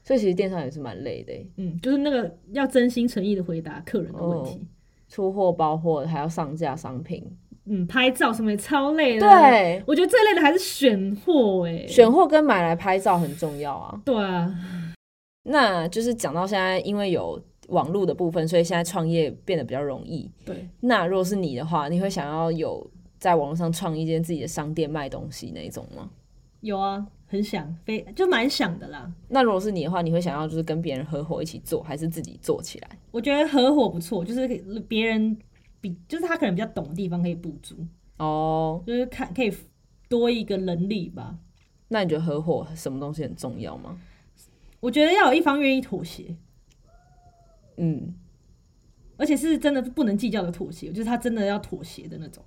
Speaker 2: 所以其实电商也是蛮累的欸，
Speaker 1: 嗯就是那个要真心诚意的回答客人的问
Speaker 2: 哦
Speaker 1: 题。
Speaker 2: 出货、包货，还要上架商品。
Speaker 1: 嗯，拍照什么也超累的。，
Speaker 2: 对，
Speaker 1: 我觉得最累的还是选货哎、
Speaker 2: 选货跟买来拍照很重要啊。
Speaker 1: 对啊，
Speaker 2: 那就是讲到现在，因为有网络的部分，所以现在创业变得比较容易。
Speaker 1: 对，
Speaker 2: 那如果是你的话，你会想要有在网络上创一间自己的商店卖东西那一种吗？
Speaker 1: 有啊，很想，非就蛮想的啦。
Speaker 2: 那如果是你的话，你会想要就是跟别人合伙一起做，还是自己做起来？
Speaker 1: 我觉得合伙不错，就是别人比，就是他可能比较懂的地方可以补足，
Speaker 2: 哦，
Speaker 1: 就是看可以多一个能力吧。
Speaker 2: 那你觉得合伙什么东西很重要吗？
Speaker 1: 我觉得要有一方愿意妥协，
Speaker 2: 嗯，
Speaker 1: 而且是真的不能计较的妥协，就是他真的要妥协的那种。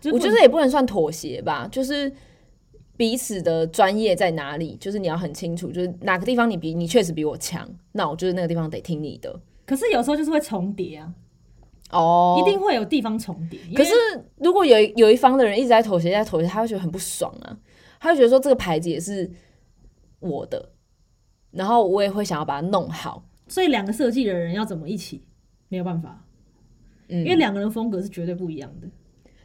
Speaker 1: 就
Speaker 2: 我
Speaker 1: 不
Speaker 2: 觉得也不能算妥协吧，就是彼此的专业在哪里，就是你要很清楚，就是哪个地方你比你确实比我强，那我就是那个地方得听你的。
Speaker 1: 可是有时候就是会重叠啊，
Speaker 2: 哦
Speaker 1: 一定会有地方重叠。因为
Speaker 2: 可是如果有一有一方的人一直在妥协，一直在妥协，他会觉得很不爽啊，他会觉得说这个牌子也是我的，然后我也会想要把它弄好。
Speaker 1: 所以两个设计的人要怎么一起，没有办法，
Speaker 2: 嗯
Speaker 1: 因为两个人风格是绝对不一样的。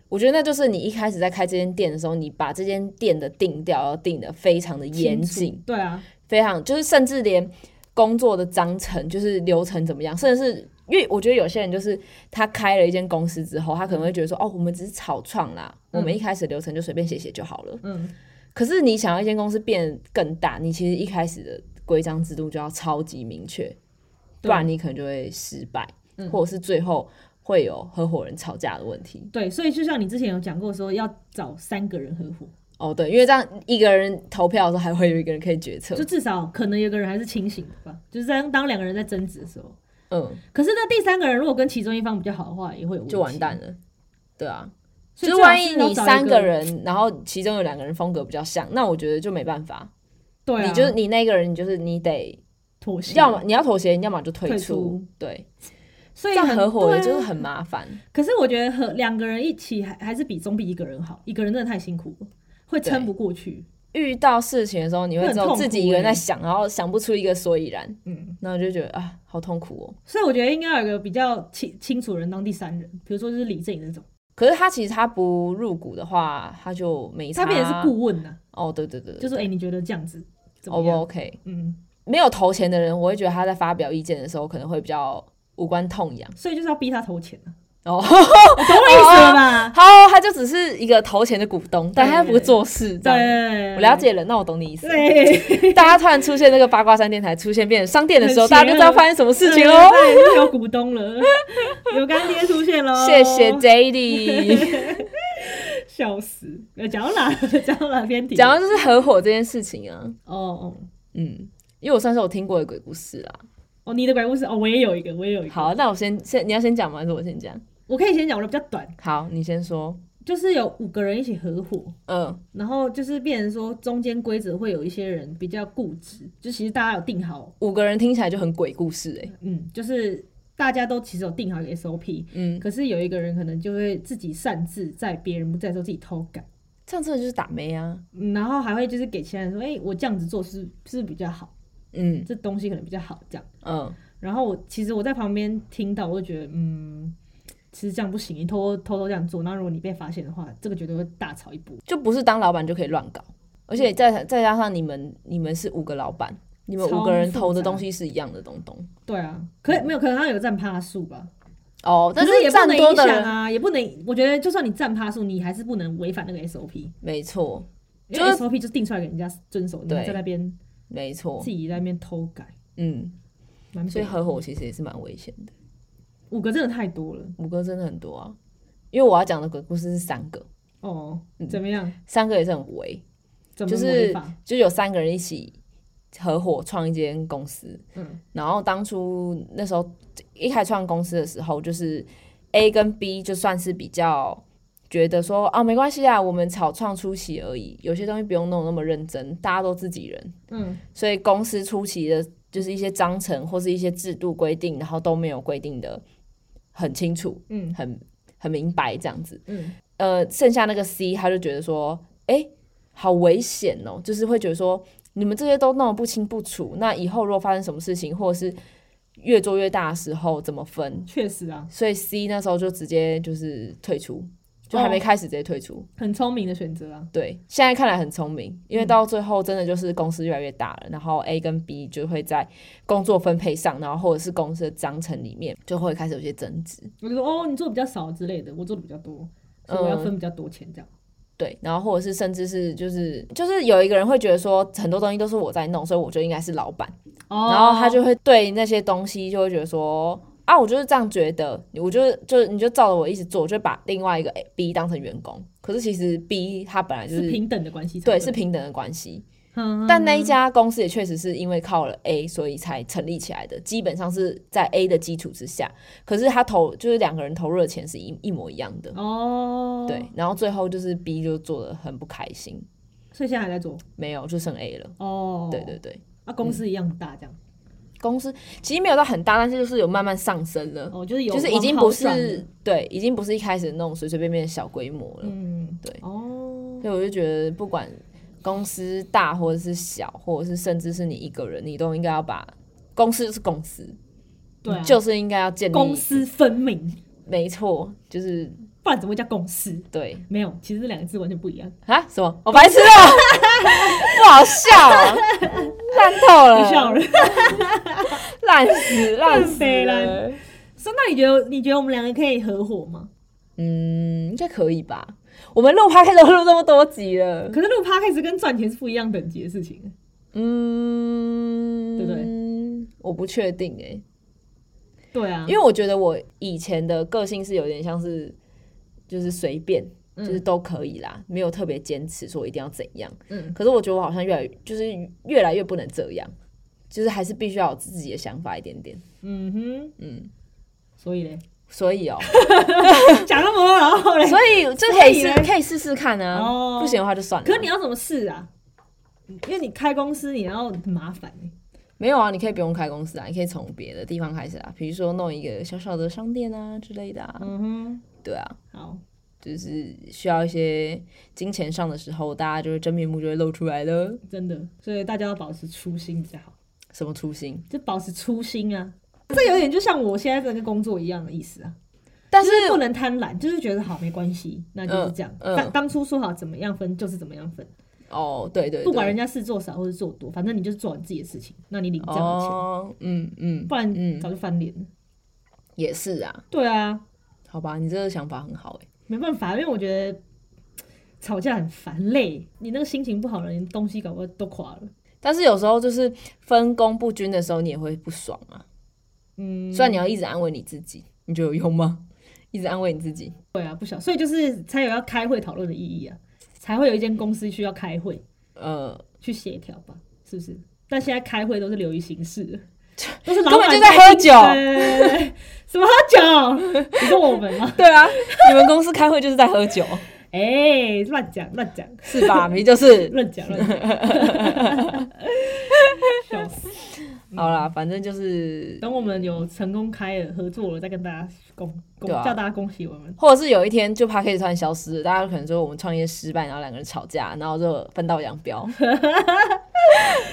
Speaker 2: 我觉得那就是你一开始在开这间店的时候，你把这间店的定调要定的非常的严
Speaker 1: 清
Speaker 2: 谨
Speaker 1: 楚，，对啊，
Speaker 2: 非常就是甚至连工作的章程就是流程怎么样，甚至是因为我觉得有些人就是他开了一间公司之后，他可能会觉得说哦，我们只是草创啦，
Speaker 1: 嗯
Speaker 2: 我们一开始的流程就随便写写就好了。
Speaker 1: 嗯，
Speaker 2: 可是你想要一间公司变得更大，你其实一开始的规章制度就要超级明确，不
Speaker 1: 对
Speaker 2: 然你可能就会失败，
Speaker 1: 嗯
Speaker 2: 或者是最后会有合伙人吵架的问题。
Speaker 1: 对，所以就像你之前有讲过说，要找三个人合伙，
Speaker 2: 哦，对，因为这样一个人投票的时候，还会有一个人可以决策
Speaker 1: 就。至少可能有个人还是清醒的吧，就是在当两个人在争执的时候。
Speaker 2: 嗯，
Speaker 1: 可是那第三个人如果跟其中一方比较好的话，也会有
Speaker 2: 就完蛋
Speaker 1: 了。
Speaker 2: 了。对啊，
Speaker 1: 所
Speaker 2: 就
Speaker 1: 以
Speaker 2: 是
Speaker 1: 最好
Speaker 2: 万
Speaker 1: 是
Speaker 2: 一
Speaker 1: 要
Speaker 2: 你
Speaker 1: 找一
Speaker 2: 三
Speaker 1: 个
Speaker 2: 个人，然后其中有两个人风格比较像，那我觉得就没办法。
Speaker 1: 对啊，
Speaker 2: 你就是你那个人，你就是你得
Speaker 1: 妥协，
Speaker 2: 要么你要妥协，你要么就退
Speaker 1: 退
Speaker 2: 出
Speaker 1: 出。
Speaker 2: 对，
Speaker 1: 所
Speaker 2: 这
Speaker 1: 以
Speaker 2: 样合伙
Speaker 1: 对
Speaker 2: 也
Speaker 1: 啊
Speaker 2: 就是很麻烦。
Speaker 1: 可是我觉得和两个人一起还还是比总比一个人好，一个人真的太辛苦了，会撑不过去。
Speaker 2: 遇到事情的时候，你会只
Speaker 1: 那很
Speaker 2: 有
Speaker 1: 痛
Speaker 2: 自己一个人
Speaker 1: 苦欸
Speaker 2: 在想，然后想不出一个所以然，
Speaker 1: 嗯，
Speaker 2: 然后就觉得啊，好痛苦哦。
Speaker 1: 所以我觉得应该有一个比较清清楚的人当第三人，比如说就是李正颖那种，
Speaker 2: 可是他其实他不入股的话，他就没差。
Speaker 1: 他变成是顾问呐、
Speaker 2: 哦，对对对，对
Speaker 1: 就说哎、
Speaker 2: 对
Speaker 1: 诶你觉得这样子怎
Speaker 2: O
Speaker 1: 么
Speaker 2: 不
Speaker 1: 样？
Speaker 2: OK？
Speaker 1: 嗯，
Speaker 2: 没有投钱的人，我会觉得他在发表意见的时候可能会比较无关痛痒。
Speaker 1: 所以就是要逼他投钱啊，
Speaker 2: 哦，
Speaker 1: 你懂我意思了吧？
Speaker 2: 好，他就只是一个投钱的股东，但他不做事。这
Speaker 1: 对
Speaker 2: 样，，我了。解了，那我懂你意思。
Speaker 1: 对，
Speaker 2: 大家突然出现那个八卦山电台出现变成商店的时
Speaker 1: 很
Speaker 2: 候，
Speaker 1: 邪
Speaker 2: 大家就知道
Speaker 1: 恶
Speaker 2: 发生什么事情
Speaker 1: 对
Speaker 2: 喽。
Speaker 1: 对对有股东了， 有干爹出现喽，
Speaker 2: 谢谢 Daily。
Speaker 1: 笑死！呃讲到哪？ 讲到哪边停？
Speaker 2: 讲到就是合伙这件事情啊，
Speaker 1: 哦哦
Speaker 2: 嗯，因为我算是我听过的鬼故事啦。
Speaker 1: 哦，你的鬼故事哦，我也有一个，我也有一个。，
Speaker 2: 好，那我先先你要先讲吗？还是我先讲？
Speaker 1: 我可以先讲，我的比较短，
Speaker 2: 好，你先说。
Speaker 1: 就是有五个人一起合伙，
Speaker 2: 嗯，
Speaker 1: 然后就是变成说中间规则会有一些人比较固执，就其实大家有定好，
Speaker 2: 五个人听起来就很鬼故事哎、
Speaker 1: 嗯，就是大家都其实有定好一个 SOP，
Speaker 2: 嗯，
Speaker 1: 可是有一个人可能就会自己擅自在别人不在的时候自己偷改。
Speaker 2: 这样真的就是打妹啊。
Speaker 1: 嗯然后还会就是给其他人说，哎、我这样子做是是不是比较好，
Speaker 2: 嗯
Speaker 1: 这东西可能比较好这样。
Speaker 2: 嗯，
Speaker 1: 然后我其实我在旁边听到，我就觉得，嗯，其实这样不行，你偷偷偷偷这样做，那如果你被发现的话，这个绝对会大吵一波。
Speaker 2: 就不是当老板就可以乱搞，而
Speaker 1: 嗯
Speaker 2: 且再再加上你们你们是五个老板，你们五个人投的东西是一样的东东。
Speaker 1: 对啊，可没有可能他有占趴数吧，
Speaker 2: 哦，但
Speaker 1: 可是也不
Speaker 2: 占
Speaker 1: 能
Speaker 2: 多
Speaker 1: 影
Speaker 2: 的
Speaker 1: 响
Speaker 2: 人，
Speaker 1: 啊，也不能，我觉得就算你占趴数，你还是不能违反那个 SOP，
Speaker 2: 没错
Speaker 1: 因
Speaker 2: 就
Speaker 1: 为
Speaker 2: 是
Speaker 1: SOP 就定出来给人家遵守，你
Speaker 2: 对
Speaker 1: 在那边
Speaker 2: 没错
Speaker 1: 自，己在那边偷改，
Speaker 2: 嗯，
Speaker 1: 蛮
Speaker 2: 所以
Speaker 1: 北
Speaker 2: 合伙其实也是蛮危险的。
Speaker 1: 五个真的太多了
Speaker 2: 五个真的很多啊，因为我要讲的鬼故事是三个，
Speaker 1: 哦，怎么样？
Speaker 2: 三个也是很违，
Speaker 1: 怎么
Speaker 2: 嗯就是
Speaker 1: 违法？
Speaker 2: 就有三个人一起合伙创一间公司，
Speaker 1: 嗯
Speaker 2: 然后当初那时候一开始创公司的时候，就是 A 跟 B 就算是比较觉得说啊没关系啊，我们草创初期而已，有些东西不用弄那么认真，大家都自己人，
Speaker 1: 嗯
Speaker 2: 所以公司初期的就是一些章程或是一些制度规定，然后都没有规定的很清楚、
Speaker 1: 嗯
Speaker 2: 很很明白这样子。
Speaker 1: 嗯，
Speaker 2: 呃，剩下那个 C，他就觉得说，哎、好危险哦、就是会觉得说，你们这些都弄得不清不楚，那以后如果发生什么事情，或者是越做越大的时候怎么分？
Speaker 1: 确实啊，
Speaker 2: 所以 C 那时候就直接就是退出，就还没开始直接退出。
Speaker 1: 很聪明的选择啊，
Speaker 2: 对，现在看来很聪明，因为到最后真的就是公司越来越大了，然后 A 跟 B 就会在工作分配上，然后或者是公司的章程里面就会开始有些争执。
Speaker 1: 我就说哦，你做的比较少之类的，我做的比较多，所以我要分比较多钱这
Speaker 2: 嗯
Speaker 1: 样。
Speaker 2: 对，然后或者是甚至是就是就是有一个人会觉得说很多东西都是我在弄，所以我就应该是老板，
Speaker 1: 哦
Speaker 2: 然后他就会对那些东西就会觉得说啊，我就是这样觉得，我就是就是你就照着我一直做，我就把另外一个 A B 当成员工，可是其实 B 他本来就是
Speaker 1: 平等的关系才
Speaker 2: 对
Speaker 1: 会，
Speaker 2: 是平等的关系，
Speaker 1: 嗯，
Speaker 2: 但那一家公司也确实是因为靠了 A，所以才成立起来的，基本上是在 A 的基础之下。可是他投就是两个人投入的钱是一一模一样的，
Speaker 1: 哦，
Speaker 2: 对。，然后最后就是 B 就做的很不开心，
Speaker 1: 所以现在还在做
Speaker 2: 没有就剩 A 了。
Speaker 1: 哦，
Speaker 2: 对嗯对，对，
Speaker 1: 啊，公司一样大这样，
Speaker 2: 公司其实没有到很大，但是就是有慢慢上升了，
Speaker 1: 哦，就是有
Speaker 2: 就是已经不是
Speaker 1: 往好转
Speaker 2: 对，已经不是一开始那种随随便便的小规模了。
Speaker 1: 嗯，
Speaker 2: 对
Speaker 1: 哦，
Speaker 2: 所以我就觉得，不管公司大或者是小，或者是甚至是你一个人，你都应该要把公司就是公司，
Speaker 1: 对啊，
Speaker 2: 就是应该要建立
Speaker 1: 公，私分明，
Speaker 2: 没错，就是
Speaker 1: 不然怎么会叫公司？
Speaker 2: 对
Speaker 1: 没有，其实这两个字完全不一样，
Speaker 2: 啊，什么？我白痴了， 不好笑啊，烂透
Speaker 1: 你笑
Speaker 2: 了，
Speaker 1: 了。
Speaker 2: 烂死，烂
Speaker 1: 烂
Speaker 2: 死
Speaker 1: 北
Speaker 2: 了
Speaker 1: 烂，所以那你觉得你觉得我们两个可以合伙吗？
Speaker 2: 嗯，应该可以吧？我们录 p o d 都录这么多集了，
Speaker 1: 可是录 podcast 跟赚钱是不一样等级的事情，
Speaker 2: 嗯，
Speaker 1: 对不
Speaker 2: 我不确定哎、
Speaker 1: 对啊，
Speaker 2: 因为我觉得我以前的个性是有点像是，就是随便，就是都可以啦，没有特别坚持说一定要怎样。
Speaker 1: 嗯
Speaker 2: 可是我觉得我好像越来就是越来越不能这样，就是还是必须要有自己的想法一点点。
Speaker 1: 嗯哼，
Speaker 2: 嗯，
Speaker 1: 所以嘞，
Speaker 2: 所 以哦，
Speaker 1: 讲那么多，然后嘞，
Speaker 2: 所以这可
Speaker 1: 所
Speaker 2: 以
Speaker 1: 以
Speaker 2: 试，
Speaker 1: 嘞
Speaker 2: 可以试试看啊。
Speaker 1: 哦
Speaker 2: 不行的话就算了。
Speaker 1: 可是你要怎么试啊？因为你开公司，你要很麻烦、欸、
Speaker 2: 没有啊，你可以不用开公司啊，你可以从别的地方开始啊，比如说弄一个小小的商店啊之类的啊。
Speaker 1: 嗯哼，
Speaker 2: 对啊，
Speaker 1: 好，
Speaker 2: 就是需要一些金钱上的时候，大家就是真面目就会露出来了。
Speaker 1: 真的，所以大家要保持初心比较好，
Speaker 2: 什么初心？
Speaker 1: 就保持初心啊。这有点就像我现在这个工作一样的意思啊，
Speaker 2: 但是
Speaker 1: 就是不能贪婪，就是觉得好没关系，那就是这样。
Speaker 2: 嗯嗯
Speaker 1: 当当初说好怎么样分就是怎么样分，
Speaker 2: 哦，对对对，
Speaker 1: 不管人家事做少或是做多，反正你就是做好你自己的事情，那你领这样的钱，
Speaker 2: 哦，嗯嗯，
Speaker 1: 不然
Speaker 2: 嗯
Speaker 1: 早就翻脸了。
Speaker 2: 也是啊，
Speaker 1: 对啊，
Speaker 2: 好吧，你这个想法很好哎、
Speaker 1: 没办法，因为我觉得吵架很烦累，你那个心情不好了，你东西搞不好都垮了。
Speaker 2: 但是有时候就是分工不均的时候，你也会不爽啊。
Speaker 1: 嗯，
Speaker 2: 虽然你要一直安慰你自己，你觉得有用吗？一直安慰你自己，
Speaker 1: 对啊，不小，所以就是才有要开会讨论的意义啊，才会有一间公司需要开会
Speaker 2: 呃，
Speaker 1: 去协调吧，是不是？但现在开会都是流于形式的，都是老
Speaker 2: 根
Speaker 1: 板
Speaker 2: 本就在喝酒
Speaker 1: 开对对对对 什么喝酒？你说我们吗？
Speaker 2: 对啊，你们公司开会就是在喝酒，
Speaker 1: 哎、乱讲乱讲
Speaker 2: 是吧？明明就是，
Speaker 1: 乱讲乱讲，笑死！
Speaker 2: 好啦，反正就是，
Speaker 1: 等我们有成功开了合作了，再跟大家恭恭
Speaker 2: 对啊
Speaker 1: 叫大家恭喜我们。
Speaker 2: 或者是有一天就 p a c k a g 突然消失了，大家可能说我们创业失败，然后两个人吵架，然后就分道扬 镳，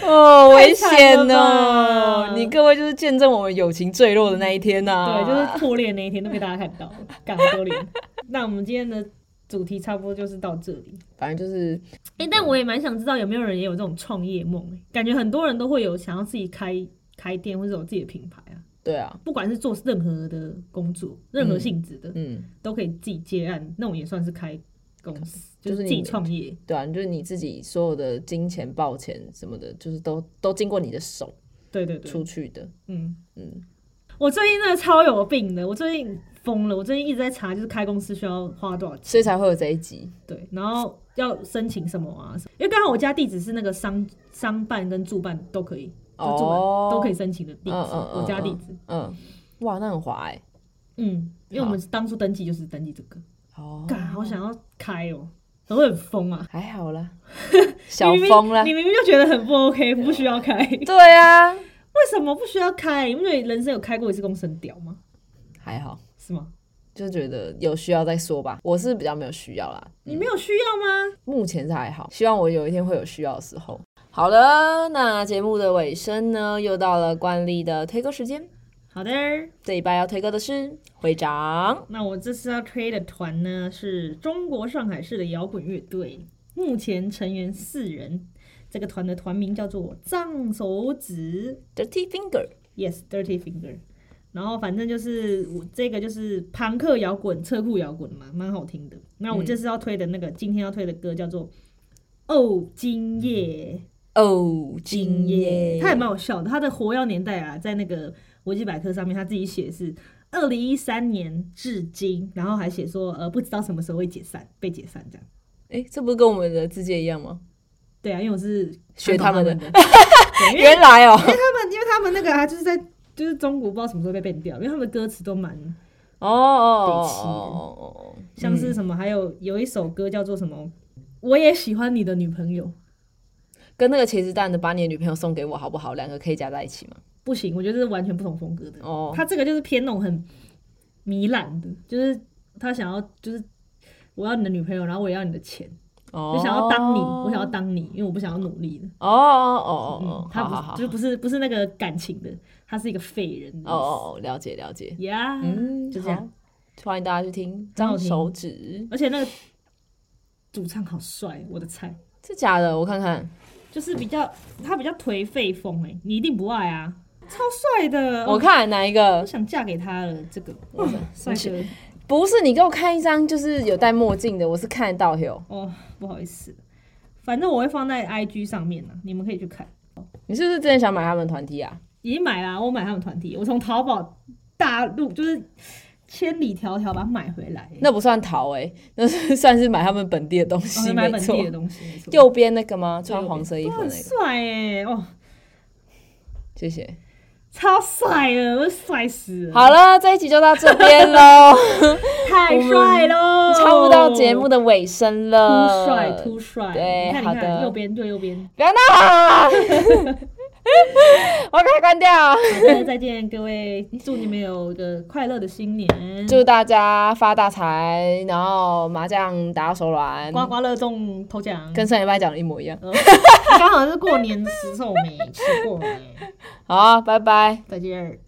Speaker 2: 哦，危险
Speaker 1: 太惨了
Speaker 2: 哦
Speaker 1: 吧！
Speaker 2: 你各位就是见证我们友情坠落的那一天啊呐、
Speaker 1: 对，就是破裂那一天都被大家看到了， 干好丢脸。那我们今天的主题差不多就是到这里。
Speaker 2: 反正就是
Speaker 1: 哎、但我也蛮想知道有没有人也有这种创业梦、欸？感觉很多人都会有想要自己开开店或者有自己的品牌啊，
Speaker 2: 对啊，
Speaker 1: 不管是做任何的工作，任何性质的、
Speaker 2: 嗯。
Speaker 1: 都可以自己接案，那种也算是开公司，就
Speaker 2: 就是是
Speaker 1: 自己
Speaker 2: 你
Speaker 1: 创业。
Speaker 2: 对啊，就是你自己所有的金钱、报钱什么的，就是都都经过你的手
Speaker 1: 对对对
Speaker 2: 出，去的。
Speaker 1: 嗯嗯
Speaker 2: 嗯。
Speaker 1: 我最近真的超有病的，我最近疯了，我最近一直在查，就是开公司需要花多少钱。
Speaker 2: 所以才会有这一集。
Speaker 1: 对，然后要申请什么啊？因为刚好我家地址是那个商商办跟住办都可以，就住办、
Speaker 2: 哦
Speaker 1: 都可以申请的地址，
Speaker 2: 嗯嗯嗯
Speaker 1: 我家地址。
Speaker 2: 嗯，哇，那很滑哎、
Speaker 1: 嗯，因为我们当初登记就是登记这个，
Speaker 2: 哦，
Speaker 1: 干，好想要开哦、可能会很疯啊，
Speaker 2: 还好 啦，小
Speaker 1: 你明明
Speaker 2: 风啦
Speaker 1: 你。明明就觉得很不 OK，不需 要开，为
Speaker 2: 对啊，
Speaker 1: 什么不需要开？因为人生有开过一次公司很屌吗？
Speaker 2: 还好，
Speaker 1: 是吗？
Speaker 2: 就觉得有需要再说吧。我是比较没有需要啦，
Speaker 1: 你没有需要吗？
Speaker 2: 目前是还好，希望我有一天会有需要的时候。好了，那节目的尾声呢，又到了惯例的推歌时间。
Speaker 1: 好的，
Speaker 2: 这一拜要推歌的是会长，
Speaker 1: 那我这次要推的团呢，是中国上海市的摇滚乐队，目前成员四人。这个团的团名叫做藏手指
Speaker 2: Dirty Finger。
Speaker 1: ，Yes Dirty Finger。然后反正就是我这个就是朋克摇滚、车库摇滚嘛，蛮好听的。那我这次要推的那个，今天要推的歌叫做《哦今夜
Speaker 2: 哦，今夜，
Speaker 1: 它也蛮好笑的。它的活跃年代啊，在那个维基百科上面，他自己写是二零一三年至今，然后还写说呃不知道什么时候会解散，被解散这样。
Speaker 2: 哎，这不是跟我们的字界一样吗？
Speaker 1: 对啊，因为我是
Speaker 2: 学
Speaker 1: 参考
Speaker 2: 他
Speaker 1: 他
Speaker 2: 们的
Speaker 1: 的，对因为
Speaker 2: 原来哦，
Speaker 1: 他们因为他们那个啊，就是在就是中国不知道什么时候被 ban 掉，因为他们的歌词都蛮
Speaker 2: 哦哦哦，
Speaker 1: 像是什么，还有有一首歌叫做什么。我也喜欢你的女朋友，
Speaker 2: 跟那个茄子蛋的把你的女朋友送给我好不好？两个可以加在一起吗？
Speaker 1: 不行，我觉得这是完全不同风格的。
Speaker 2: 哦，
Speaker 1: 他这个就是偏那种很糜烂的，就是他想要就是我要你的女朋友，然后我也要你的钱，
Speaker 2: 哦
Speaker 1: 就想要当你，我想要当你，因为我不想要努力的。
Speaker 2: 哦哦哦
Speaker 1: 嗯
Speaker 2: 哦，，
Speaker 1: 他
Speaker 2: 好
Speaker 1: 不
Speaker 2: 好
Speaker 1: 是
Speaker 2: 好，
Speaker 1: 就是不是不是那个感情的，他是一个废人的
Speaker 2: 哦哦哦，了解了解，
Speaker 1: 呀，
Speaker 2: 嗯，
Speaker 1: 就这样。
Speaker 2: 好，欢迎大家去听
Speaker 1: 很好
Speaker 2: 张
Speaker 1: 听
Speaker 2: 手指，
Speaker 1: 而且那个主唱好帅，我的菜，
Speaker 2: 是假的，我看看，
Speaker 1: 就是比较他比较颓废风哎，你一定不爱啊，超帅的，
Speaker 2: 我哦
Speaker 1: 哦
Speaker 2: 看哪一个
Speaker 1: 我？想嫁给他了，这个帅哥
Speaker 2: 不是你给我看一张，就是有戴墨镜的，我是看得到有。
Speaker 1: 哦，不好意思，反正我会放在 IG 上面呢、你们可以去看。
Speaker 2: 你是不是真的想买他们团体啊？
Speaker 1: 已经买啦、我买他们团体，我从淘宝大陆就是千里迢迢把它买回来、
Speaker 2: 那不算逃哎、那是算是买他们本地的东
Speaker 1: 哦
Speaker 2: 西，
Speaker 1: 买
Speaker 2: 没
Speaker 1: 本
Speaker 2: 错。
Speaker 1: 地的东西，没错
Speaker 2: 右边那个吗？穿黄色衣服
Speaker 1: 很
Speaker 2: 那个，
Speaker 1: 帅哎、哦，
Speaker 2: 谢谢。
Speaker 1: 超帅了，我帅死了，
Speaker 2: 好了，这一集就到这边
Speaker 1: 哦
Speaker 2: 喽，
Speaker 1: 太帅喽，
Speaker 2: 差不到节目的尾声了。
Speaker 1: 突帅突帅，
Speaker 2: 对
Speaker 1: 你看你
Speaker 2: 好
Speaker 1: 看
Speaker 2: 的
Speaker 1: 右边对右边，
Speaker 2: 不要闹！我开关关掉。
Speaker 1: 好的再见各位，祝你们有一个快乐的新年，
Speaker 2: 祝大家发大财，然后麻将打到手软，
Speaker 1: 刮刮乐中头奖。
Speaker 2: 跟上礼拜讲的一模一样。
Speaker 1: 嗯刚好是过年时候没吃过没，
Speaker 2: 好，拜拜。
Speaker 1: 再见。